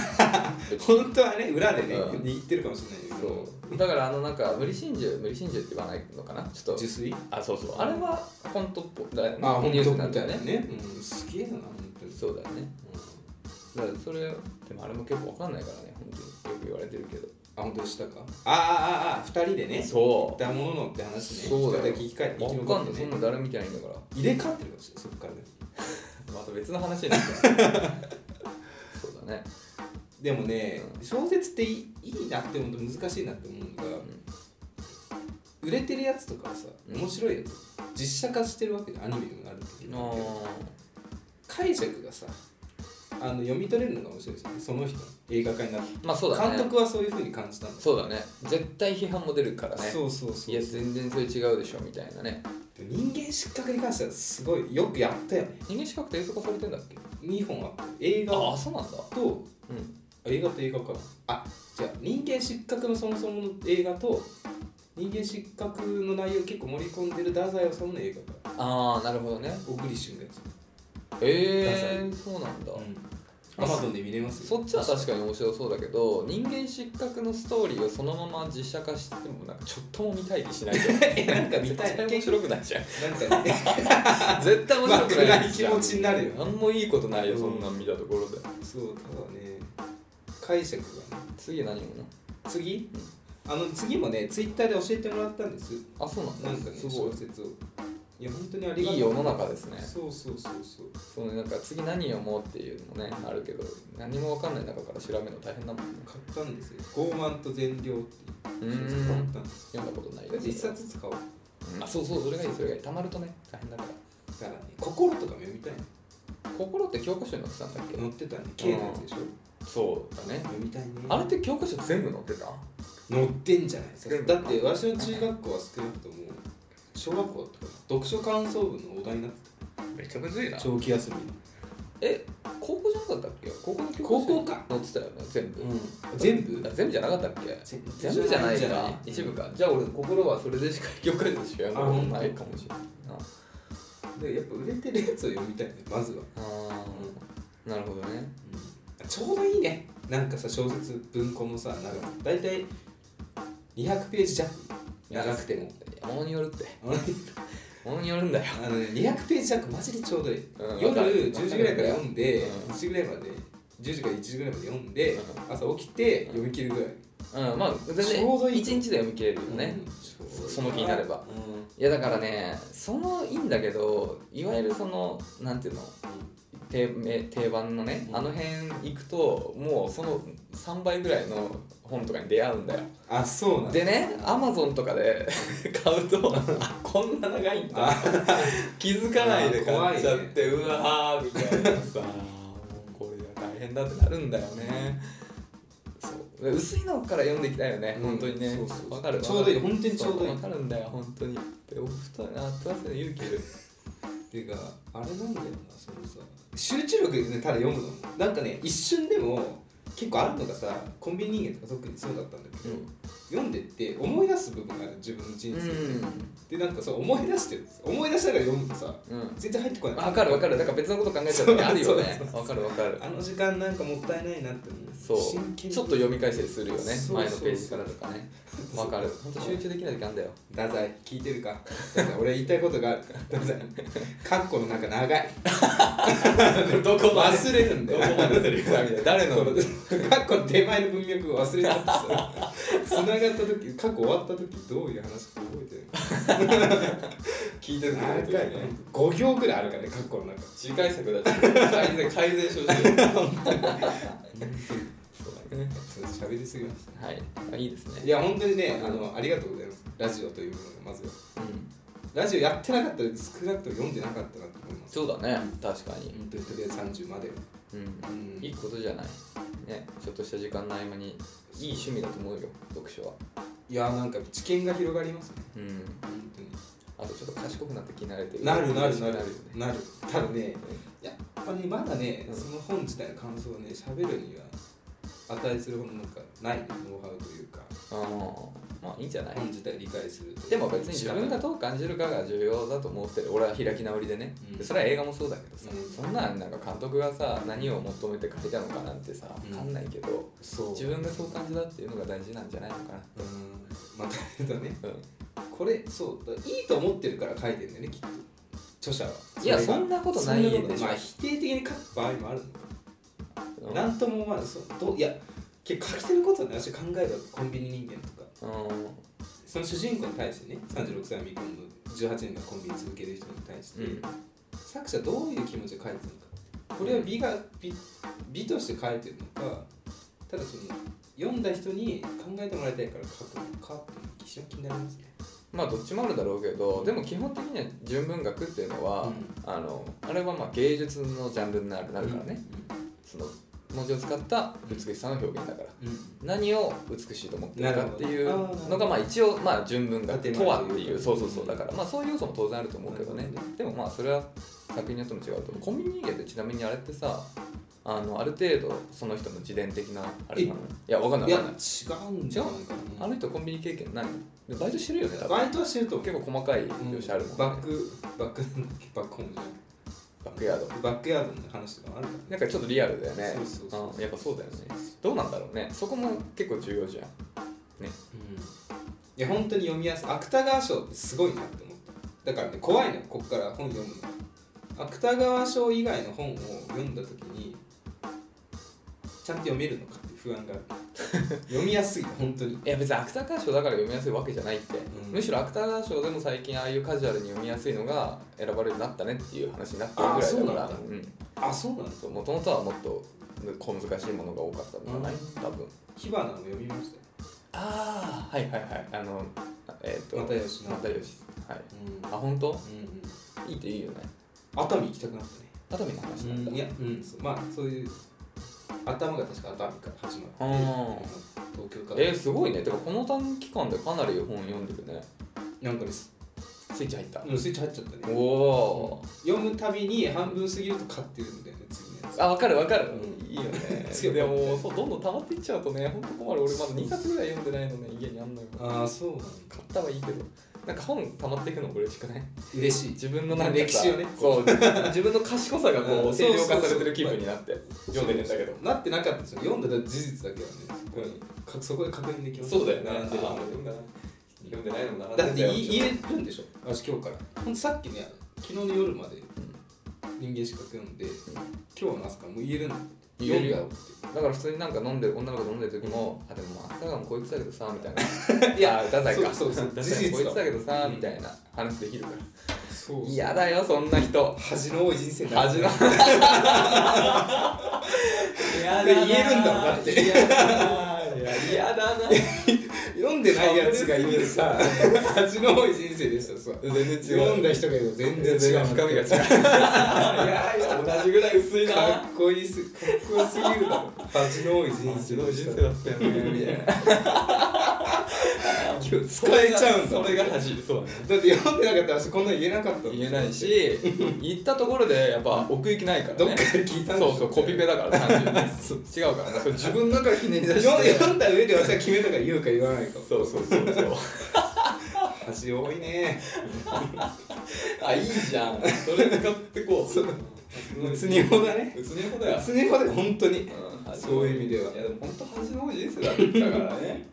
S1: 本当はね裏でね、
S2: うん
S1: 握ってるかもしれないけど
S2: そうだからあのなんか無理心中無理心中って言わないのかなちょっと
S1: 受水
S2: あそうそうあれは本当っぽだよね
S1: まあ本
S2: ニュース
S1: 当
S2: になっ
S1: み
S2: た
S1: た
S2: よ
S1: いな
S2: ね
S1: ね、うん、すげえな本当に
S2: そうだよねだからそれでもあれも結構わかんないからね本当によく言われてるけど
S1: あ本当でしたかあーあーあー二人でねう
S2: そ
S1: ったもののって話ね
S2: そうだよ
S1: 人生き返生き
S2: わ
S1: 残
S2: か
S1: っ
S2: ん
S1: て
S2: な
S1: ね
S2: いそんな誰見てないんだから
S1: 入れ替わってるかもしれないそこからね
S2: また別の話になっちゃうそうだね
S1: でもね、
S2: うん
S1: 小説っていいいいなって思うと難しいなって思うのが、売れてるやつとかはさ
S2: うん
S1: 面白いやつ実写化してるわけでアニメにもなる時
S2: ああ
S1: 解釈がさあの読み取れるのが面白いですよねその人の映画化になって、
S2: まあそうだね
S1: 監督はそういうふうに感じたんだ
S2: そうだね絶対批判も出るからね
S1: そうそうそう
S2: いや全然それ違うでしょみたいなね
S1: 人間失格に関してはすごいよくやったよね
S2: 人間資格って映像化されてんだっけ
S1: 2本あって映画
S2: あそうなんだ
S1: と
S2: うん
S1: あ映画と映画かあじゃあ人間失格のそもそもの映画と人間失格の内容を結構盛り込んでる太宰治の映画か
S2: ああなるほどね
S1: 小栗旬がやつ
S2: ええー、そうなんだ、
S1: アマゾンで見れます
S2: そっちは確かに面白そうだけど人間失格のストーリーをそのまま実写化してもなんかちょっとも見たい気しないじゃん
S1: なんか見たい
S2: 絶対面白くないじゃん
S1: なんかね
S2: 絶対面白くないじゃん
S1: まあ暗い気持ちになるよ
S2: 何もいいことないよ
S1: うん
S2: そんなん見たところで、
S1: そうただね解釈がね
S2: 次何もな
S1: 次あの次もねツイッターで教えてもらったんです
S2: あそうなんだ
S1: なんかね
S2: すごい
S1: 小説をいや本当にありが
S2: い
S1: た
S2: い世の中ですね
S1: そうそうそうそう
S2: そのなんか次何読もうっていうのもねあるけど何も分かんない中から調べるの大変だもんね
S1: 買ったんですよ「傲慢と善良」っていうう小説買ったんです
S2: 読んだことない
S1: 一冊ずつ買おう
S2: うんあそうそうそれがいいそれがいいたまるとね大変だか
S1: だからね心とかも読みたいね
S2: ら心って教科書に載ってたんだっけ、
S1: 載ってたね K のやつでしょ
S2: そうだね
S1: 読みたいね
S2: あれって教科書全部載ってた
S1: 載ってんじゃないです
S2: 全部
S1: かだって私の中学校は少なくとも小学校とか読書感想文のお題になって
S2: めちゃむずいな
S1: た長期休
S2: え高校じゃなかったっけ高校の教科書
S1: 高校か
S2: 載ってたよね全部、
S1: み、全部
S2: あ全部じゃなかったっけ
S1: 全部
S2: 全部じゃない
S1: じゃな
S2: か
S1: い
S2: 一部かじゃあ俺心はそれでしか教科書しか読んだことないかもしれないな
S1: でやっぱ売れてるやつを読みたいねまずは、
S2: あーなるほどね
S1: ちょうどいいねなんかさ小説文庫のさなんか大体200ページ弱長くても
S2: ものによるって
S1: あのね
S2: ものによるんだよ
S1: あのね200ページ弱マジでちょうどいい、
S2: うん
S1: 夜
S2: わかる
S1: 10時ぐらいから読んで
S2: うん
S1: 1時ぐらいまで10時から1時ぐらいまで読んで
S2: う
S1: 朝起きて読み切るぐらい、
S2: うんまあ全然
S1: ちょうどいい
S2: 1日で読み切れるよね、
S1: うんちょうどいい
S2: その気になれば
S1: う
S2: いやだからねそのいいんだけどいわゆるそのなんていうの定め定番のね、
S1: うん
S2: あの辺行くともうその3倍ぐらいの本とかに出会うんだよ
S1: んあそうなんだ
S2: でねアマゾンとかで 買うとあこんな長いんだ
S1: あ
S2: 気づかないで買っちゃって、
S1: 怖いね
S2: うわーみたい なさもうこれが大変だってなるんだよねそうで薄いのから読んでいきたいよね、
S1: うん
S2: 本当にね
S1: そうそう
S2: わかる
S1: ちょうどいい本当にちょうどいい
S2: わかるんだよ本当にでお二人あとは勇気いる
S1: っていうかあれなんだよなそのさ集中力でただ読むのなんかね一瞬でも結構あるのがさコンビニ人間とか特にそうだったんだけど、読んでって思い出す部分がある自分の人生で、でなんかそう思い出してるんです思い出しながら読むとさ
S2: うん、うん
S1: 全然入ってこない
S2: わかるわかるだから別のこと考えちゃう時あるよね
S1: そうそうそう
S2: わかるわかる
S1: あの時間なんかもったいないなって思う
S2: そうちょ
S1: 真剣
S2: っ
S1: に
S2: と読み返したりするよね
S1: そう
S2: 前のページからとかねわかる本当集中できない時あんだよ
S1: 太宰聞いてるか太宰俺言いたいことがある太宰カッコのなんか長い
S2: どこまで
S1: 忘れるんだよ
S2: どこまでセリフだみたいな 誰の
S1: 過去手前の文脈を忘れちゃってさ繋がった時過去終わった時どういう話か覚えてる
S2: 聞いてる
S1: 長いね5行ぐらいあるからね過去の中
S2: 次回作だって改善改善症状
S1: ちょっと喋りすぎまし
S2: はいあいいです
S1: た
S2: ね
S1: いや本当にねあのありがとうございますラジオというものがまずはラジオやってなかったら少なくとも読んでなかったなと思います
S2: そうだね確かに
S1: 本当にとりあえず30まで
S2: うん
S1: うん
S2: いいことじゃないねちょっとした時間の合間にいい趣味だと思うよ読書は
S1: はいやなんか知見が広がりますね
S2: うん
S1: 本
S2: あとちょっと賢くなって気になれて
S1: 当になるなるなる
S2: よね
S1: なるただね
S2: うん
S1: やっぱねまだね
S2: うん
S1: その本自体の感想をね喋るには値するほどなんかないねノウハウというか
S2: あーまあいいんじゃない
S1: 本自体理解すると
S2: でも別に自分が
S1: と
S2: どう感じるかが重要だと思ってる俺は開き直りでね、
S1: うん
S2: それは映画もそうだけどさ、
S1: うん
S2: そんなんなんか監督がさ何を求めて書いたのかなんてさ
S1: うん
S2: 分かんないけど、
S1: そう
S2: 自分がそう感じたっていうのが大事なんじゃないのか
S1: うんまあ大変だね
S2: な、
S1: これそうだいいと思ってるから書いてるんだよねきっと著者はい
S2: や
S1: れが
S2: そんなことないでし
S1: そ
S2: ょ
S1: んなことまあ否定的に書く場合もあるのか
S2: うん
S1: なんともまだそうどういや結構書き手のことはね私考えばコンビニ人間とか
S2: うん
S1: その主人公に対してね36歳未婚の18年がコンビニ続ける人に対して、
S2: うん
S1: 作者どういう気持ちで書いてるのかこれは美が美美として書いてるのかただその読んだ人に考えてもらいたいから書くのかっていうのが非常に気になりますね。
S2: まあどっちもあるだろうけどでも基本的には純文学っていうのは、
S1: うん
S2: あのあれはまあ芸術のジャンルになるなるからね、その文字を使った美しさの表現だから。
S1: うん。
S2: 何を美しいと思ってるかっていう
S1: なるほど
S2: のがまあ一応まあ純文学とはっ
S1: 建前
S2: て
S1: と
S2: い
S1: いう
S2: う
S1: か
S2: そうそうそうだからまあそういう要素も当然あると思うけどね
S1: なるほど
S2: でもまあそれは作品によっても違うと思うコンビニ人間ってちなみにあれってさあのある程度その人の自伝的なあれなのいやわかんない
S1: い
S2: わ
S1: や違
S2: かんない
S1: うんじゃないかな。
S2: あの人コンビニ経験ないでバイトしてるよね多分
S1: バイトはしてると思う
S2: 結構細かい描写あるもんね
S1: バックバックなんだっけバックホームじゃなくて
S2: バックヤード
S1: バックヤードの話とかもあるか
S2: なんかちょっとリアルだよ
S1: ら
S2: ね
S1: そうそうそう
S2: うんやっぱそうだよねどうなんだろうねそこも結構重要じゃん
S1: うんいや本当に読みやすい芥川賞ってすごいなって思っただからね怖いのよこっから本読むの芥川賞以外の本を読んだ時にちゃんと読めるのかって不安がある 読みやすい本当に
S2: いや別に芥川賞だから読みやすいわけじゃないって、
S1: ん
S2: むしろ芥川賞でも最近ああいうカジュアルに読みやすいのが選ばれるようになったねっていう話になってるぐらいだから
S1: あそうなん
S2: うん
S1: あそうなんだ
S2: そうもともとはもっと小難しいものが多かったんじゃない、
S1: うん
S2: 多分
S1: 火花も読みましたよ
S2: ああはいはいはいあのえっ、と
S1: 又吉の
S2: 又吉はい
S1: うん
S2: あ本当
S1: うんうん
S2: いいっていいよね
S1: 熱海行きたくなったね
S2: 熱海の話なんだ、
S1: いや、うん、そうまあそういう頭が確か熱海から始まって
S2: あー
S1: 東京から
S2: えー、すごいねてかこの短期間でかなり本読んでるね
S1: なんかです
S2: スイッチ入った、
S1: うんスイッチ入っちゃったね
S2: おお
S1: 読むたびに半分過ぎると買ってるんだよね次のやつ
S2: あ分かる分かる、
S1: う
S2: いいよね
S1: 強く
S2: でも そうどんどん溜まっていっちゃうとねほんと困る俺まだ2冊ぐらい読んでないのね家にあんのよ
S1: ああそうなんだ
S2: 買ったはいいけどなんか本溜まっていくの嬉しくない
S1: 嬉しい
S2: 自分のなんかさ
S1: 歴史をね
S2: そう 自分の賢さがこ
S1: う
S2: うん定量化
S1: そうそうそう
S2: されてる気分になって読んでるんだけど
S1: なってなかったですよ読んだ事実だけはねそこにかそこで確認できます
S2: そうだよね
S1: 並んでる
S2: あ読んだな読んでないのな
S1: だって
S2: よ
S1: い言えるんでしょ私今日からほんとさっきね昨日の夜まで人間資格読んで今日の朝からもう言えるの
S2: 言えるよ
S1: 読ん
S2: だから普通になんか飲んでる女の子と飲んでる時も、あでもまあ朝がもうこいつだけどさみ たいな
S1: だよいや
S2: あ太宰か
S1: そうそうそう
S2: 太宰こい
S1: 事実だ
S2: つだけどさみたいな話できるから
S1: そういや
S2: 嫌だよそんな人
S1: 恥の多い人生になる
S2: 味が
S1: だな
S2: 嫌
S1: 言えるんだもんだって
S2: 嫌だな嫌だな
S1: 読んでないやつが言うさ恥の多い人生でしたさ
S2: 全然違う
S1: 読んだ人が言うと全然
S2: 全
S1: 違
S2: 然
S1: う
S2: 深みが違うい
S1: か
S2: や同じぐらい薄いな
S1: っこいいすかっこよすぎるだろ恥の多い人生でした
S2: ったよねみたいな
S1: 今日使えちゃうんだ
S2: それが恥そう
S1: だって読んでなかったら私こんなの言えなかったの
S2: 言えないし言ったところでやっぱ奥行きないから
S1: ど
S2: ね
S1: っかで聞いたんでし
S2: そ
S1: ょ
S2: うそうコピペだから単純に違うからねそれ自分の中でひねり出
S1: 読ん
S2: して
S1: 読んだ上で私は決めたから言うか言わないか
S2: そうそうそうそう
S1: 恥多いね
S2: あいいじゃんそれ使ってこう
S1: うつにほだね
S2: うつにほだよ
S1: うつにほだよ本当に
S2: うん
S1: そういう意味ではい
S2: やでも本当恥の多い人生だったからね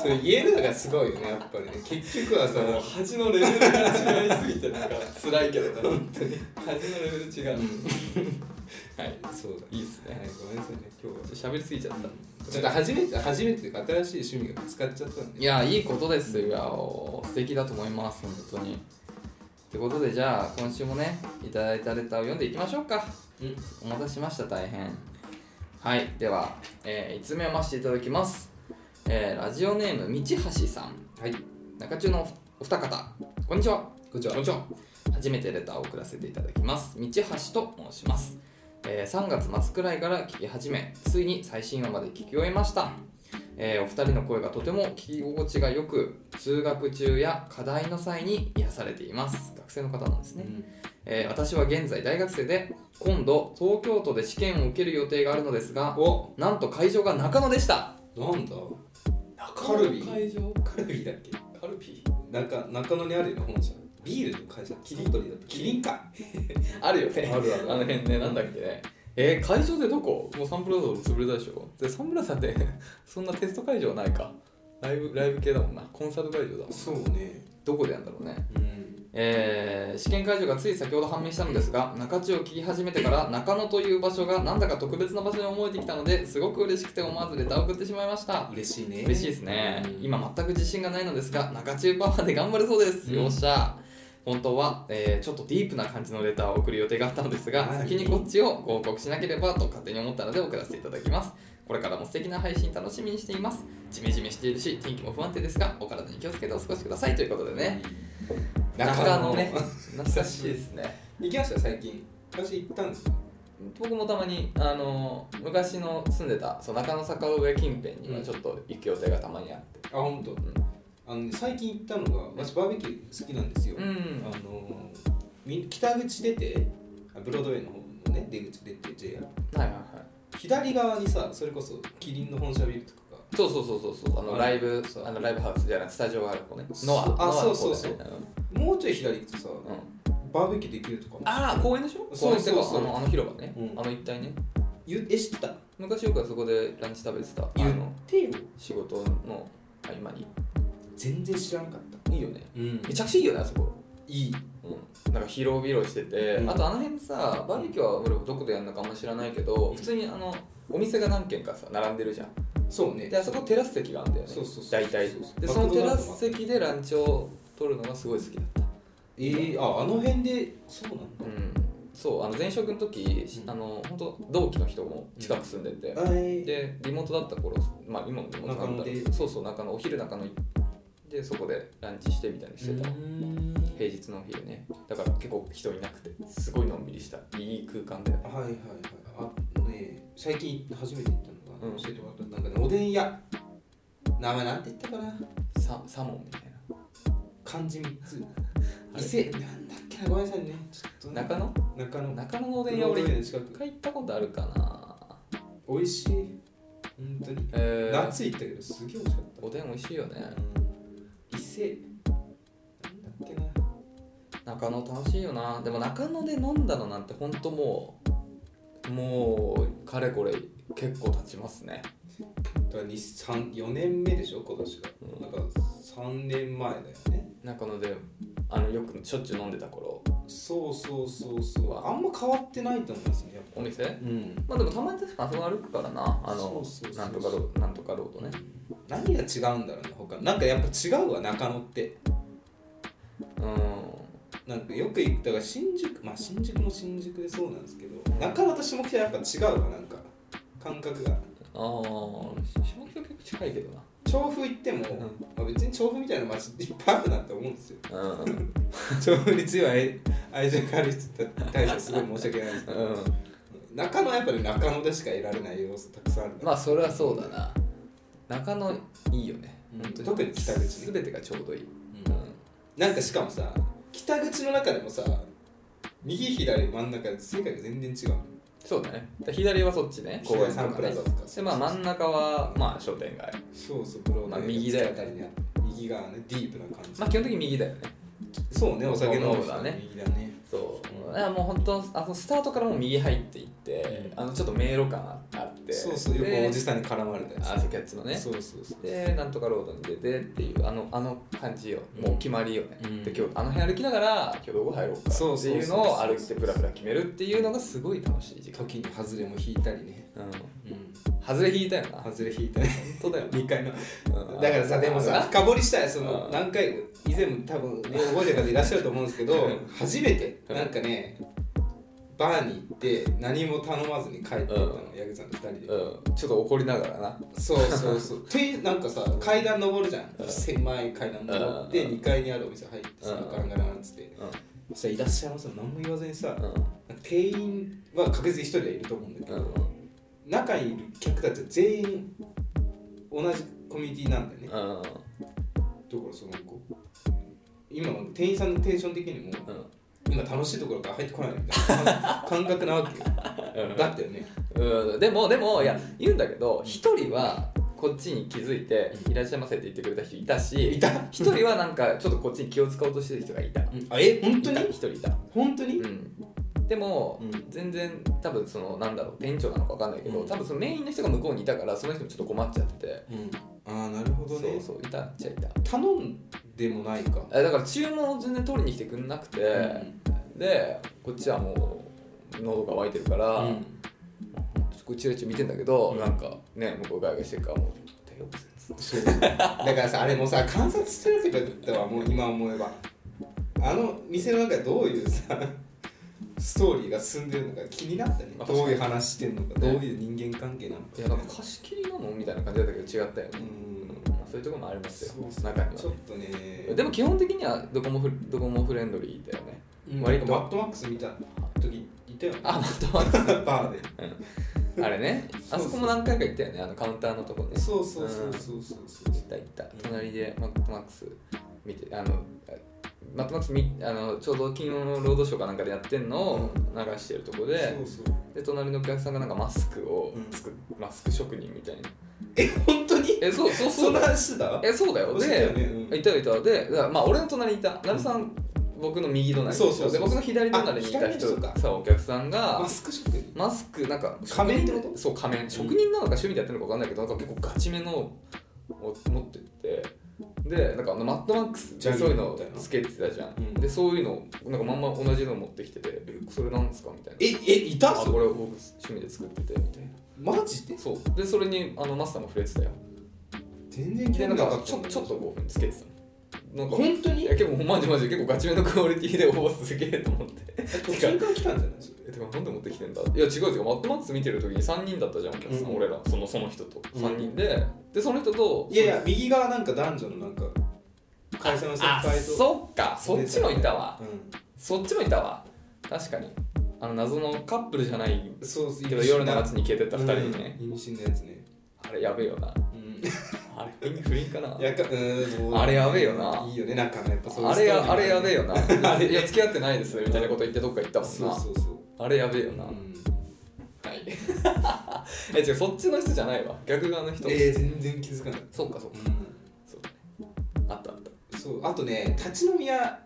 S1: それ言えるのがすごいよねやっぱりね結局はさ
S2: もう恥のレベルが違いすぎてなんか辛いけどね本 当に恥のレベル違うはい
S1: そうだ
S2: いいっすね
S1: はいごめんなさいね今日は
S2: 喋りすぎちゃった、
S1: ちょっと初めて初めてというか新しい趣味が見つかっちゃったんで
S2: いやいいことですよ素敵だと思います本当にってことでじゃあ今週もねいただいたレターを読んでいきましょうか
S1: うん
S2: お待たせしました大変はいでは、え5つ目をましていただきます、えーラジオネーム道橋さん
S1: はい
S2: 中中のお二方こんにちは
S1: こんにちは
S2: こんにちは初めてレターを送らせていただきます道橋と申します、えー3月末くらいから聞き始めついに最新話まで聞き終えました、えーお二人の声がとても聞き心地が良く通学中や課題の際に癒されています学生の方なんですね、えー私は現在大学生で今度東京都で試験を受ける予定があるのですが
S1: お
S2: なんと会場が中野でした
S1: なんだカルビ
S2: 会場
S1: カルビだっけ
S2: カルピ
S1: なんか中野にあるよね本社ビールの会社キリン鳥だったキリンか
S2: あるよね
S1: あるある
S2: あの辺ね、なんだっけね。えー会場でどこもうサンプラザも潰れたでしょで、 サンプラザってそんなテスト会場ないか。ライブ、ライブ系だもんな。コンサル会場だもん。
S1: そうね
S2: どこでやんだろうね。
S1: うん
S2: えー試験会場がつい先ほど判明したのですが、中地を聞き始めてから中野という場所がなんだか特別な場所に思えてきたので、すごく嬉しくて思わずレターを送ってしまいました。
S1: 嬉しいね
S2: 嬉しいですね。今全く自信がないのですが、中中パワーで頑張れそうです。
S1: うん
S2: よっしゃ。本当は、えーちょっとディープな感じのレターを送る予定があったのですが、
S1: はい
S2: 先にこっちをご報告しなければと勝手に思ったので送らせていただきます。これからも素敵な配信楽しみにしています。ジメジメしているし、天気も不安定ですが、お体に気をつけてお過ごしくださいということでね。中野ね。懐かしいですね。
S1: 行きました最近私行ったんですよ
S2: 僕もたまにあの昔の住んでたそう中野坂上近辺にはちょっと行く予定がたまにあって。
S1: あ本当。あのね最近行ったのが私バーベキュー好きなんですよ、
S2: う
S1: あ
S2: ん
S1: のーみ北口出てあブロードウェイの方のね出口出て JR
S2: はいはいはい。
S1: 左側にさそれこそキリンの本社ビルとかが
S2: そうそうそうそうそうあの
S1: あ
S2: ライブ
S1: そう
S2: あのライブハウスじゃないスタジオがある子ね
S1: そう
S2: ノア
S1: あ
S2: ノアの
S1: そうそう
S2: 方だよね
S1: もうちょい左行くとさ
S2: うんうん
S1: バーベキューできるとかも
S2: ああ公園でしょ
S1: そうそうそう
S2: 公園ってかあのあの広場ね
S1: うん
S2: あの一帯ね
S1: ゆえ知ってた
S2: 昔よくあそこでランチ食べてたあ
S1: 言っ
S2: の
S1: てよ
S2: 仕事の合間に
S1: 全然知らなかった
S2: いいよね
S1: うん
S2: めちゃくちゃいいよねあそこ
S1: いい
S2: うん、なんか広々してて、
S1: うん
S2: あとあの辺さバーベキューは俺どこでやるのかあんま知らないけど
S1: うん
S2: 普通にあのお店が何軒かさ並んでるじゃん
S1: そうね
S2: であそこテラス席があるんだよね
S1: そうそうそう
S2: 大体
S1: そうそう
S2: でそのテラス席でランチを取るのがすごい好きだった
S1: えー、ああの辺でそうなんだ
S2: うん、そうあの前職の時、
S1: うん
S2: あの本当同期の人も近く住んでて、
S1: はい
S2: でリモートだった頃まあ今もリモートなんだ
S1: 中
S2: ろ
S1: 野
S2: うそうそう中のお昼中のでそこでランチしてみたいにしてた、平日のお昼ねだから結構人いなくてすごいのんびりしたいい空間だよね
S1: はいはいはいあね最近初めて行ったの
S2: うん
S1: が教えてもらったなんかねおでん屋名前なんて言ったかな
S2: ササモンみたいな
S1: 漢字3つ
S2: あれ
S1: 伊勢なんだっけなごめんなさいねちょっと
S2: 中野
S1: 中野
S2: 中野のおでん屋俺
S1: の
S2: 一
S1: 近く
S2: 回行ったことあるかな
S1: 美味しい本当に
S2: えー、
S1: 夏行ったけどすげえ美味しかっ
S2: おでん美味しいよね
S1: た伊勢
S2: 中野楽しいよなでも中野で飲んだのなんてほんともうもうかれこれ結構経ちますね
S1: だから4年目でしょ今年が、
S2: うん
S1: なんか3年前だよね
S2: 中野であのよくしょっちゅう飲んでた頃
S1: そうそうそうそうあんま変わってないと思うんですよやっぱ
S2: お店
S1: うん
S2: まあでもたまに確かあそこ歩くからなあの
S1: そうそうそうそう
S2: なんとかローなんとかロードね
S1: 何が違うんだろうね他なんかやっぱ違うわ中野って
S2: う
S1: なんかよく行ったが新宿まあ新宿も新宿でそうなんですけど中野と下北はやっぱ違うわなんか感覚が
S2: んああ下北結構近いけどな
S1: 調布行っても、
S2: ん
S1: まあ、別に調布みたいな街っていっぱいあるなって思うんですよ
S2: うん、うん、
S1: 調布に強い愛愛情がある人に対してすごい申し訳ないですけど中野はやっぱり中野でしか得られない要素たくさんあるな
S2: まあそれはそうだな中野いいよね
S1: うん
S2: 本当
S1: 特に北口ね
S2: 全てがちょうどいい、
S1: うんなんかしかもさ北口の中でもさ右左真ん中で世界が全然違う
S2: そうだね左はそっちね公園と
S1: 左サン
S2: か
S1: プラ
S2: ね
S1: ザとか
S2: でまあ真ん中はまあ商店街
S1: そうそうブロー
S2: まあ右だよね
S1: たりにある右側ねディープな感じ、
S2: まあ基本的に右だよね
S1: そうねお酒飲む人
S2: そうだね
S1: 右だね
S2: そう、
S1: うん
S2: だからもう本当あのスタートからもう右入っていって、
S1: うん
S2: あのちょっと迷路感あって
S1: そうそうよく
S2: で
S1: おじさんに絡まれたり
S2: アースキャッツのね
S1: そうそうそう
S2: でなんとかロードに出てっていうあのあの感じよもう決まりよね、
S1: うん
S2: で今日あの辺歩きながら今日どこ入ろうか
S1: そう
S2: って
S1: そうそう
S2: いうのを歩いてプラプラ決めるっていうのがすごい楽しい時間
S1: 時に外れも引いたりね
S2: うん
S1: うん
S2: 外れ引いたよな本
S1: 外れ引いたり
S2: 当だよ、
S1: 2回の
S2: うん
S1: だからさでもさ深掘りしたいその
S2: うん
S1: 何回以前も多分ね覚えてる方いらっしゃると思うんですけど
S2: うん
S1: 初めてなんかねバーに行って何も頼まずに帰ってったの
S2: う
S1: 八木さんと2人で
S2: うん、ちょっと怒りながらな
S1: そうそう そうてなんかさ階段登るじゃん
S2: うん
S1: 狭い階段登って
S2: うん
S1: 2階にあるお店入ってさ
S2: うん
S1: ガランガランっつって
S2: う
S1: そしたらいらっしゃいますよ何も言わずにさ
S2: ん
S1: 店員は確実に1人はいると思うんだけ
S2: う
S1: ど
S2: ん
S1: 中にいる客たちは全員同じコミュニティなんだよねだか
S2: うんうん
S1: らそのこう今の店員さんのテンション的にも今楽しいところから入ってこないみたいな感覚なわけよだったよね
S2: うん、でもでもいや言うんだけど一人はこっちに気づいて「いらっしゃいませ」って言ってくれた人いたし
S1: いた
S2: 一人はなんかちょっとこっちに気を使おうとしてる人がいた
S1: あえ本当に
S2: 一人いた、
S1: 本当に、
S2: うん、でも、
S1: うん
S2: 全然多分そのなんだろう店長なのか分かんないけど、
S1: うん
S2: 多分そのメインの人が向こうにいたからその人もちょっと困っちゃってて、
S1: ああなるほど
S2: そ
S1: ね
S2: うそういたっちゃいた
S1: 頼んでもないか
S2: えだから注文を全然取りに来てくんなくて、でこっちはもう喉が沸いてるから、
S1: うん
S2: こっちらち見てんだけど、
S1: うん
S2: なんかね向こうがガしてるからもう手を伏せ
S1: そうだからさあれもさ観察してなきゃよかったわもう今思えばあの店の中でどういうさストーリーが進んでるのか気になったね
S2: まあ
S1: どういう話してんのかどう
S2: ね
S1: いう人間関係なの
S2: いやなんか貸し切りなのみたいな感じだったけど違ったよね
S1: う、ん
S2: まあそういうところもありますよ
S1: そうそう
S2: 中に
S1: ち
S2: は
S1: ょっ
S2: ね
S1: とね
S2: でも基本的にはどこもフどこもフレンドリーだよね
S1: うん
S2: 割と
S1: なんかマットマックス見た時いたよね
S2: あまたま
S1: バーで
S2: たあれね
S1: そ
S2: あ
S1: うそう
S2: そこも何回か行ったよねあのカウンターのとこ ね
S1: そうそうそうそうそうそう
S2: 行った行った隣でマットマックス見てあのあマットマックスみあのちょうど昨日のロードショーかなんかでやってんのを流してるとこで
S1: そうそう
S2: で隣のお客さんがなんかマスクを
S1: うん
S2: 作、マスク職人みたいな
S1: え本当に
S2: えそうそうそ
S1: そん
S2: う
S1: な
S2: だよ
S1: 話してた
S2: えそうだよ
S1: そうだよね
S2: で、
S1: うん
S2: いたいたでだからまあ俺の隣にいたなるさん、僕の右隣
S1: そうそうそう
S2: で僕の左隣にい
S1: あ
S2: た
S1: 左の人か
S2: 人さお客さんが
S1: マスク職人
S2: マスクなんか
S1: 仮面
S2: 職人
S1: ってこと
S2: そう仮面職人なのか趣味でやってるのか分かんないけどなんか結構ガチめのを持ってってでなんかあのマッドマックス
S1: ジ
S2: で
S1: ャギ
S2: そういうの
S1: みたいな
S2: つけてたじゃん、
S1: うん
S2: でそういうのなんかまんま同じの持ってきてて「えそれなんですか?」みたいな
S1: ええい
S2: あ
S1: たそれ
S2: これ僕趣味で作っててみたいな
S1: マジで
S2: そうでそれにあのマスターも触れてたよ
S1: 全然
S2: でなん
S1: か
S2: か
S1: った
S2: ちょちょっとこうつけてたのなんか
S1: 本当
S2: い
S1: に
S2: や結構マジマジ結構ガチめのクオリティでおおすげえと思って
S1: 途中から来たんじゃないですか
S2: えてかなんで持ってきてんだいや違う違うマットマックス見てる時に3人だったじゃんお客さん、
S1: うん
S2: 俺らそのその人と
S1: うん
S2: 3人で、でその人と
S1: いやいや右側なんか男女のなんか会社の先
S2: あ
S1: 輩と
S2: そっかそっちもいたわ
S1: う
S2: そっちもいたわ確かにあの謎のカップルじゃない
S1: んそうそう
S2: けど夜の街に消えてった2人ね、
S1: うん意味深なやつね
S2: あれやべえよな
S1: うん
S2: あれ不倫かな
S1: やかうんそう
S2: あれやべえよない
S1: いよねなんかやっぱそういう
S2: あ
S1: ストー
S2: れ
S1: リー
S2: やあれやべえよ な
S1: あれ
S2: いや付き合ってないですみたいなこと言ってどっか行ったもんな
S1: そうそうそう
S2: あれやべえよな、
S1: うん
S2: はい え違うそっちの人じゃないわ逆側の人、
S1: えー全然気づかない
S2: そっかそっか
S1: う
S2: そうだねあったあった
S1: んそうあとね立ち飲み屋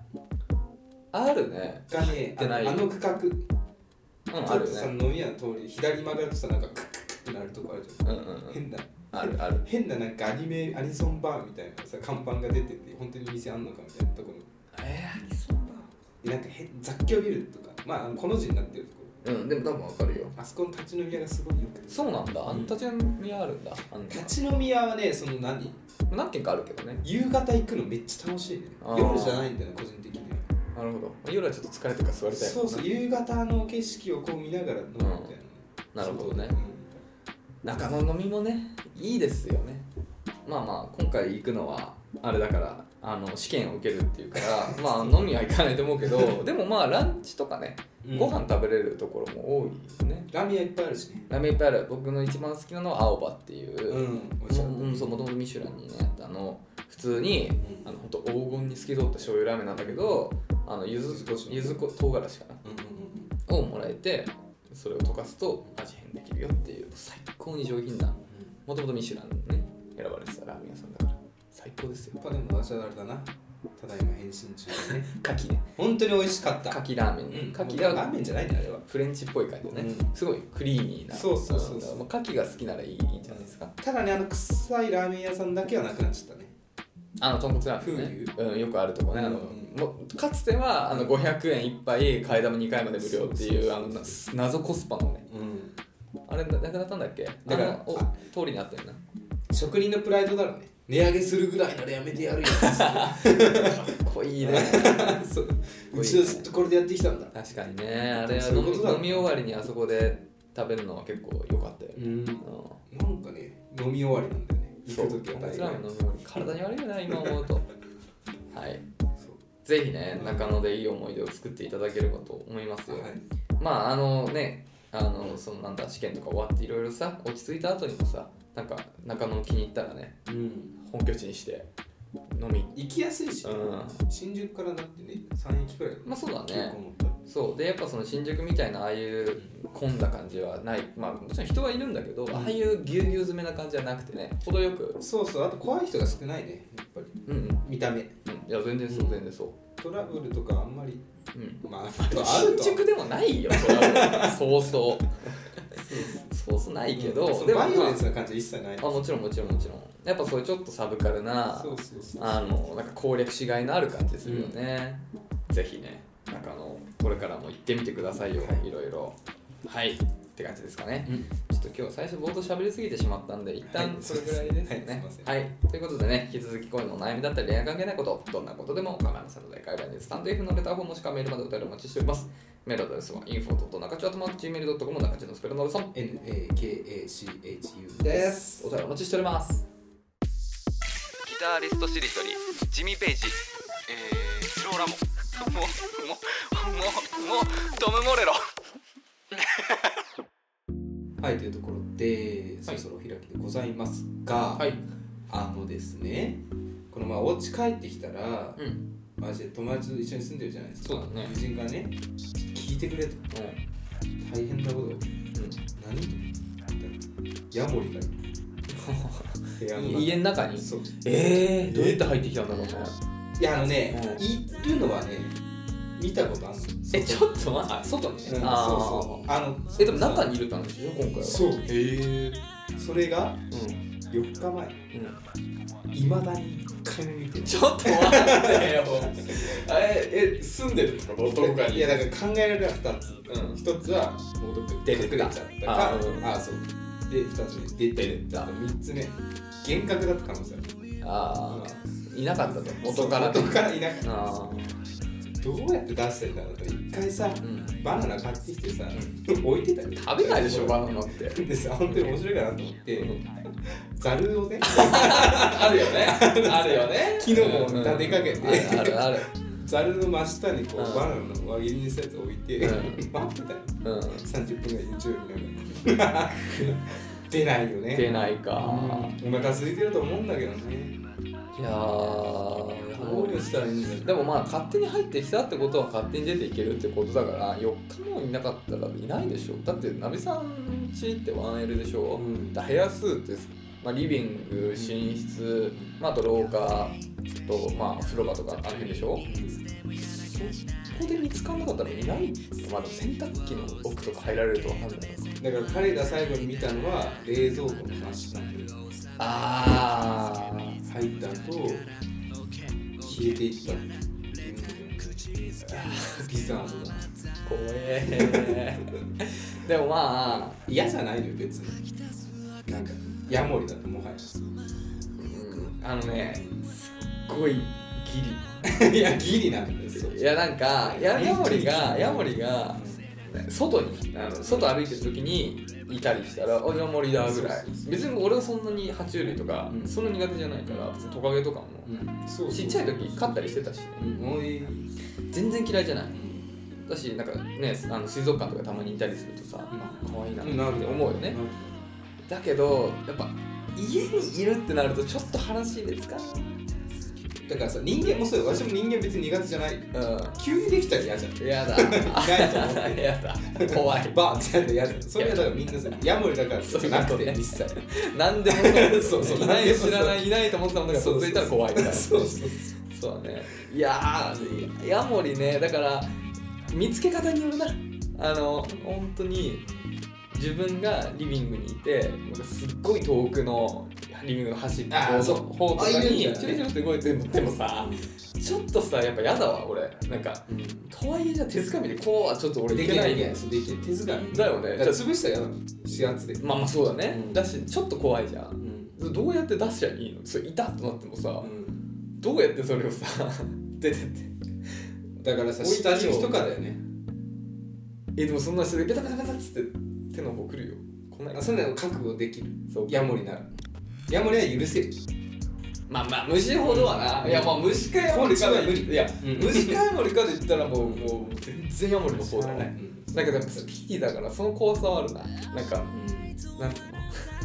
S2: あるね
S1: がね
S2: ってない
S1: あの区画ち
S2: うんあ
S1: ょっと
S2: る
S1: さ
S2: ね
S1: 飲み屋の通り左曲がるとさなんかクックックってなるとこあるじ
S2: うんうんう
S1: ゃん
S2: ん
S1: 変な
S2: あるある
S1: 変ななんかアニメアニソンバーみたいなさ看板が出てて本当に店あんのかみたいなところ
S2: え
S1: になんか変雑居ビルとかまああのこの字になってるとこ
S2: ー、うんでも多分わかるよ
S1: ろあそこの立ち飲み屋がすごいよくて
S2: そうなんだあんたちゃにあるんだあんた
S1: 立ち飲み屋はねその何
S2: 何軒かあるけどね
S1: 夕方行くのめっちゃ楽しいね
S2: あー
S1: 夜じゃないんだよね個人的には
S2: なるほど夜はちょっと疲れてるから座りたいも
S1: そ
S2: ん
S1: う
S2: な
S1: そう夕方の景色をこう見ながら飲むみたいな、
S2: なるほどね
S1: そう
S2: 中の飲みもねいいですよねまあまあ今回行くのはあれだからあの試験を受けるっていうか らまあ飲みは行かないと思うけどでもまあランチとかね
S1: うん
S2: ご飯食べれるところも多いね
S1: ラーメン屋いっぱいあるしね
S2: ラーメンいっぱいある僕の一番好きなのは青葉っていう、
S1: う
S2: も
S1: ん美味しかった
S2: ううんそうもともとミシュランにねあの普通に
S1: うん
S2: あのほんと黄金に透き通った醤油ラーメンなんだけどあの柚子
S1: 柚子胡椒
S2: 柚子こ唐辛子か
S1: う
S2: な
S1: んうんうん
S2: をもらえてそれを溶かすと味変できるよっていう最高に上品な
S1: うん
S2: もともとミシュランね選ばれてたラーメン屋さんだから最高ですよ
S1: やっぱでも私はあれだなただいま変身中でね
S2: カキね
S1: 本当に美味しかった
S2: カキラーメンね
S1: うん
S2: カキ
S1: ラ
S2: ラー
S1: ーメンじゃないんだあれは
S2: フレンチっぽい感じでね、
S1: う
S2: すごいクリーミーな
S1: そうそうそうそう
S2: あのまあカキが好きならいいいいんじゃないですか
S1: ただねあの臭いラーメン屋さんだけはなくなっちゃったね
S2: あの豚骨ラーメンね、うん、よくあるとこね、あの
S1: うん
S2: もうかつてはあの500円一杯替え玉2回まで無料
S1: そ
S2: っていう
S1: うそうそう
S2: あのな謎コスパのね
S1: うん
S2: あれななくなったんだっけ
S1: だから
S2: あのお
S1: あ
S2: 通りに あったよな
S1: 職人のプライドだろうね値上げするぐらいならやめてやるよ
S2: かっこいいね
S1: そううちはずっとこれでやってきたんだ
S2: 確かにねあれは
S1: そういうこ
S2: 飲
S1: と
S2: み
S1: だ
S2: 飲み終わりにあそこで食べるのは結構良かったよ、
S1: うんなん
S2: うん
S1: かね飲み終わりなんだよね行く時は
S2: 豚
S1: 大概
S2: 骨ラーメン飲むより体に悪いよな今思 うとはい
S1: そう
S2: ぜひね中野でいい思い出を作っていただければと思いますよ、
S1: はい
S2: まああのねあのそのなんだ試験とか終わっていろいろさ落ち着いた後にもさなんか中野を気に入ったらね
S1: うん、
S2: 本拠地にして飲み
S1: 行きやすいし、
S2: うん
S1: 新宿からだってね3駅くらい
S2: まあそうだ
S1: 結
S2: ね
S1: 構乗ったら
S2: そうでやっぱその新宿みたいなああいう混んだ感じはないまあもちろん人はいるんだけど、
S1: うん
S2: ああいうぎゅうぎゅう詰めな感じはなくてね程よく
S1: そうそうあと怖い人が少ないねやっぱり
S2: うんうん
S1: 見た目
S2: うんいや全然そう全然そ
S1: トラブルとかあんまり
S2: ううん
S1: ま ああとはある
S2: 新
S1: と
S2: 宿でもないよそれはそうそうそうそうないけど、
S1: うん
S2: でも、
S1: バイオ
S2: ま
S1: レンスな感じは一切ない
S2: あ、あもちろんもちろんもちろんやっぱそういうちょっとサブカルな
S1: そうそうそう
S2: あのなんか攻略しがいのある感じするよね、ぜひねなんかあのこれからも行ってみてくださいよ、
S1: はい
S2: い、ろいろはいって感じですかね、
S1: うん
S2: ちょっと今日最初冒頭喋りすぎてしまったんで一旦
S1: はい
S2: それぐらいです
S1: はいすい
S2: ね
S1: ません
S2: はい、ということでね引き続き恋のお悩みだったり恋愛関係ないことどんなことでも構いませんので概要欄にスタンド F のレターフォームもしくはメールまでお便りお待ちしておりますメールアドレスは info.nakachu.gmail.com 中地のスペルのルソン
S1: NAKACHU
S2: で
S1: です
S2: すお便りお待ちしておりますギタリストしりとりジミー・ペイジえー、ローラモもうもうもうもうトム・モレロ
S1: はいというところでそ
S2: は
S1: ろ
S2: い
S1: そろお開きでございますが、
S2: はい
S1: あのですねこのまあお家帰ってきたら、
S2: うん
S1: まあ、私友達と一緒に住んでるじゃないですか
S2: そうだね
S1: 友人がね聞いてくれと大変なことが何ヤモリがいる部屋
S2: う
S1: の
S2: ん、
S1: 中
S2: うん、家の中に
S1: そうえ
S2: えー、どうやって入ってきたんだろうね
S1: いやあのね、
S2: うん
S1: いるのはね見たことあるの
S2: えちょっと待って外にね、
S1: うん、そう
S2: あー
S1: そうあの
S2: えでも中にいるって話でしょ今回は
S1: そう
S2: へえ
S1: それが
S2: うん、
S1: 4日前
S2: うん、
S1: いまだに1回も見てない
S2: ちょっと待ってよええ住んでるとか
S1: いやだから考えられた2つ
S2: うん
S1: 1つはもうどっか隠れちゃったか
S2: あーうん
S1: ああそうで2つ目出てる
S2: 出てた
S1: 3つ目幻覚だった可能性ある
S2: ああいなかったと元から
S1: 元
S2: と
S1: からいなくて
S2: あ
S1: どうやって出してんだろうと一回さ
S2: あうん
S1: バナナ買ってきてさ置いてたよ
S2: 食べないでしょバナナって
S1: でさ本当に面白いかなと思ってざるをね
S2: あるよ ねあるよね
S1: 木のも立てかけて
S2: うんあるある
S1: ざるの真下にこう
S2: うん
S1: バナナの輪切りにしたやつ置いて
S2: う
S1: 待ってたよ
S2: あるうん
S1: 30分ぐらい YouTube 見ながら出ないよね
S2: 出ないか
S1: うんお腹空いてると思うんだけどね
S2: いや
S1: どう
S2: ー
S1: したらいいんだろう
S2: でもまあ勝手に入ってきたってことは勝手に出ていけるってことだから4日もいなかったらいないでしょだってナビさん家って 1L でしょ、
S1: うん
S2: だ部屋数って、まあ、リビング寝室、まあ、あと廊下と、まあ、風呂場とかあの辺でしょそこで見つからなかったら見ないまあでも洗濯機の奥とか入られると分かんない
S1: だから彼が最後に見たのは冷蔵庫の端っこ
S2: ああ
S1: 入った後消えていったっていうビザードだ
S2: 怖え でもまあ
S1: 嫌じゃないのよ別になんかヤモリだともはや
S2: うんあのねすっごいギ
S1: いや ギリなんですよ
S2: リいやなんかやヤモリがヤモリが外にあの外歩いてる時にいたりしたら「あヤモリだ」ぐらい
S1: そうそうそう
S2: 別に俺はそんなに爬虫類とか、
S1: うん
S2: そんな苦手じゃないから別にトカゲとかも、
S1: うんそう
S2: ちっちゃい時飼ったりしてたしね、
S1: おい
S2: 全然嫌いじゃないだしなんかねあの水族館とかたまにいたりするとさ、まあ可愛いなって
S1: なる
S2: 思うよね、だけどやっぱ家にいるってなるとちょっと話で使う
S1: だからさ人間もそうよ私も人間別に苦手じゃない
S2: うん
S1: 急にできたら嫌じゃん
S2: や だ
S1: ないと思って
S2: やだ怖い
S1: バーってやるの嫌じゃんそれはだからみんなさヤモリだからじゃなくて一切
S2: 何でも そう
S1: そうそう
S2: いない知らな
S1: 何でも
S2: いいないと思ってたものが
S1: そう
S2: 続いたら怖いみたいな
S1: そうそう
S2: そうだねいやーヤモリねだから見つけ方によるなあの本当に自分がリビングにいてなんかすっごい遠くのリビングの端っこ
S1: あー
S2: の
S1: そう
S2: 方とか
S1: あいるん
S2: に
S1: だ
S2: チ
S1: よ
S2: ュ
S1: ね
S2: ルチュルって動いてるのでもさちょっとさやっぱやだわ俺なんかとはいえじゃあ手づかみでこうはちょっと俺
S1: で
S2: い
S1: き
S2: け
S1: な
S2: ないい
S1: ね
S2: ね
S1: そうできない手づかみ
S2: だよね
S1: だから潰したら嫌だもん指圧で
S2: まあまあそうだね、
S1: うん
S2: だしちょっと怖いじゃ
S1: うんん
S2: どうやって出しちゃいいのそれいたとなってもさ、どうやってそれをさ 出てって
S1: だからさ
S2: 置いて
S1: 下
S2: よ
S1: 敷きとかだよね
S2: えでもそんな人でベタベタベタっつって手の方来るよ来ない
S1: あそんなの覚悟できる
S2: そう
S1: ヤモリならヤモリは許せる
S2: まあまあ虫ほどはな、
S1: うん
S2: いやまあ虫かヤモリかで
S1: 昆虫は無理
S2: いや、
S1: うん
S2: 虫かヤモリかで言ったらもうもう全然ヤモリの方だね
S1: うん
S2: だけどやっぱスピーティーだからその怖さはあるななんかなんていう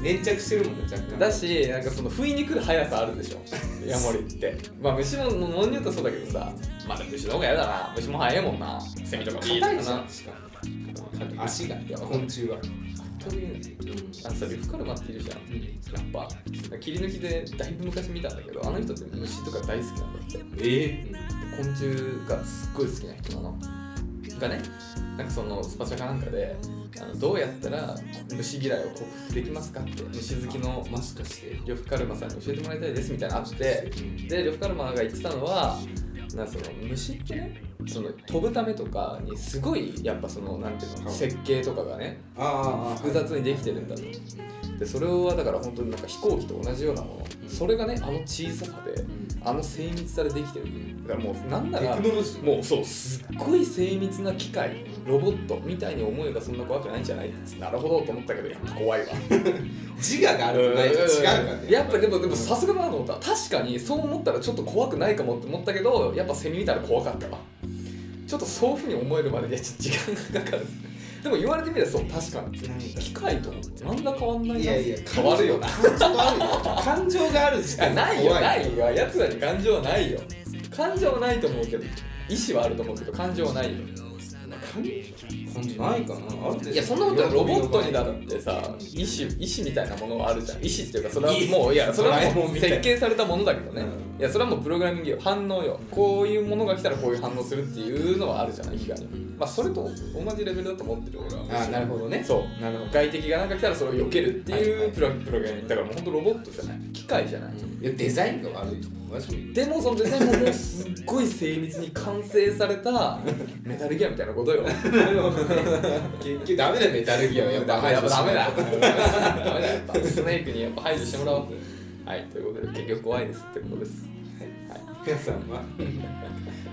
S1: 粘着してるもんね若干
S2: のだしなんかその不意に来る速さあるでしょヤモリってまあ虫もものによってはそうだけどさまあでも虫の方が嫌だな虫も速いもんなセミとかも
S1: 硬い
S2: いいな
S1: じゃんしかも足が
S2: いや
S1: 昆虫は
S2: というあのさリフカルマっているじゃんラッパー切り抜きでだいぶ昔見たんだけどあの人って虫とか大好きなんだって
S1: え
S2: 昆虫がすっごい好きな人なのがねなんかそのスパチャかなんかであのどうやったら虫嫌いを克服できますかって虫好きの
S1: もしかして
S2: 呂布カルマさんに教えてもらいたいですみたいなのあってで呂布カルマが言ってたのはなんかその虫ってねその飛ぶためとかにすごいやっぱそのなんていうの設計とかがね
S1: ああああ
S2: 複雑にできてるんだとでそれはだから本当になんか飛行機と同じようなものそれがねあの小ささであの精密さでできてるだからもうなんなら
S1: テクノロジー
S2: もうそうすっごい精密な機械ロボットみたいに思えばそんな怖くないんじゃないなるほどと思ったけどやっぱ怖いわ
S1: 自我が あるとないと違うからね
S2: やっぱりでもでもさすがだなと思った確かにそう思ったらちょっと怖くないかもって思ったけどやっぱセミ見たら怖かったわちょっとそういうふうに思えるまでにはちょっと時間がかかるでも言われてみればそう確かに機械と何ら変わんないない
S1: やいや
S2: 変わるよな
S1: 感情あるよ感情がある時
S2: いや
S1: 点で
S2: ないよ
S1: 怖
S2: ないよやつらに感情はないよ感情はないと思うけど意思はあると思うけど感情はないよ
S1: 感情ないかなあるでしょ
S2: いやそんなことはロボットにだってさ意思意思みたいなものはあるじゃん意思っていうかそれはもういやそれは
S1: ドラえ
S2: も
S1: もん
S2: う
S1: みたいな
S2: 設計されたものだけどね
S1: う
S2: いやそれはもうプログラミングよ反応よこういうものが来たらこういう反応するっていうのはあるじゃない機械にまあそれと同じレベルだと思ってる俺は
S1: あなるほどね
S2: そう
S1: なるほど
S2: 外敵がなんか来たらそれを避けるって
S1: はいはいいう
S2: プロプログラミングだからもうほんとロボットじゃない機械じゃない
S1: いやデザインが悪いと思う私も言う
S2: でもそのデザインももうすっごい精密に完成されたメタルギアみたいなことよ
S1: 結局ダメだよメタルギアはやっぱ
S2: やっぱ ダメだ
S1: 排除しない
S2: ダメだやっぱスネークにやっぱ排除してもらおうはいということで結局怖いですってことです
S1: 皆さんは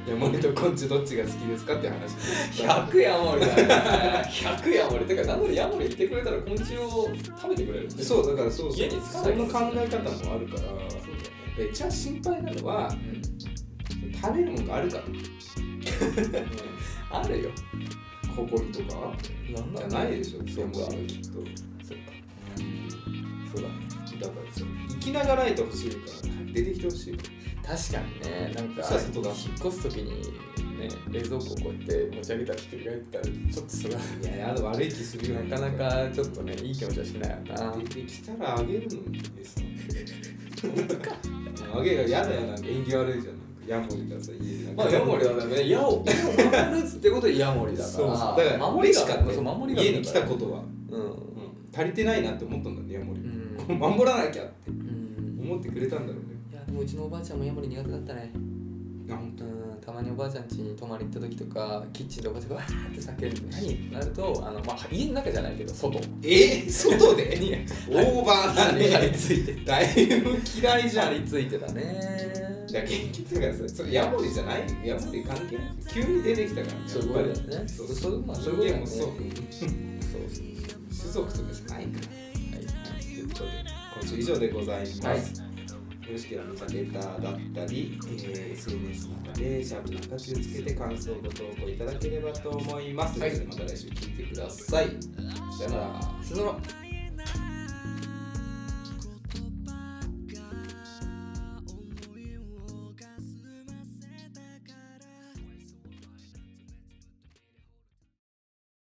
S1: ヤモリと昆虫どっちが好きですかっていう話
S2: 100ヤモリだね100ヤモリてかなのでヤモリ来てくれたら昆虫を食べてくれるって
S1: そうだからそうそう
S2: 家に着か
S1: そ
S2: ない
S1: の考え方もあるからで一番心配なのは食べるものがあるか
S2: あるよ
S1: とホコリとか
S2: なん
S1: じ
S2: だ
S1: ゃ
S2: ろ
S1: ない
S2: う
S1: でしょ
S2: そうか
S1: ヤモリはきっと
S2: そうかそうだね
S1: だからそう生きながらえてほしいから出てきてほしいよ
S2: 確かにねなんか
S1: そしたら外だ
S2: 引っ越す時にね冷蔵庫をこうやって持ち上げたらひっくり返ったらちょっとそれはい
S1: ややだ悪い気するよ
S2: なかなかちょっとねいい気持ちはしないよな
S1: 出てきたらあげるのにです本当かあげが嫌だよなんか縁起悪いじゃんなんかヤモリだといいな
S3: まあ、ヤモリはね、ヤオ、ヤオマルツってことでヤモリだから。
S1: そうそうだから
S3: 守り
S1: 嬉
S3: が、
S1: しかった
S3: そう、守りが。
S1: 家に来たことは、
S3: と。うん。
S1: 足りてないなって思ったんだねヤモリ、
S2: う
S1: 守らなきゃって
S2: うん
S1: 思ってくれたんだろうね
S2: いやでもうちのおばあちゃんもヤモリ苦手だったね
S1: あ本
S2: うんたまにおばあちゃん家に泊まり行った時とかキッチンでおばあちゃんがわーって 叫んで何なるとあの、まあ、家の中じゃないけど外
S1: えー、外 で
S2: に
S1: オーバーだ
S2: 張り
S1: ね
S2: 付いて
S1: だいぶ嫌いじゃ
S2: 張
S1: ん
S2: り付いてたね
S1: じゃあ研究とかさそれヤモリじゃないヤモリ関係ない急に出てきたから
S2: そういうことだよ
S1: やっぱ
S2: ね
S1: りそう
S2: そうまあそういう
S1: 人
S2: ことだ
S1: 間も
S2: よね
S1: そう
S2: そうそう
S1: 種族とかじゃないから
S2: はい
S1: ということで今週以上でございます、
S2: はい
S1: よろしければまたレターだったり、えー、SNS などでシャープな形をつけて感想ご投稿いただければと思います、
S2: はい
S1: それではまた来週聞いてくださいさよなら
S2: その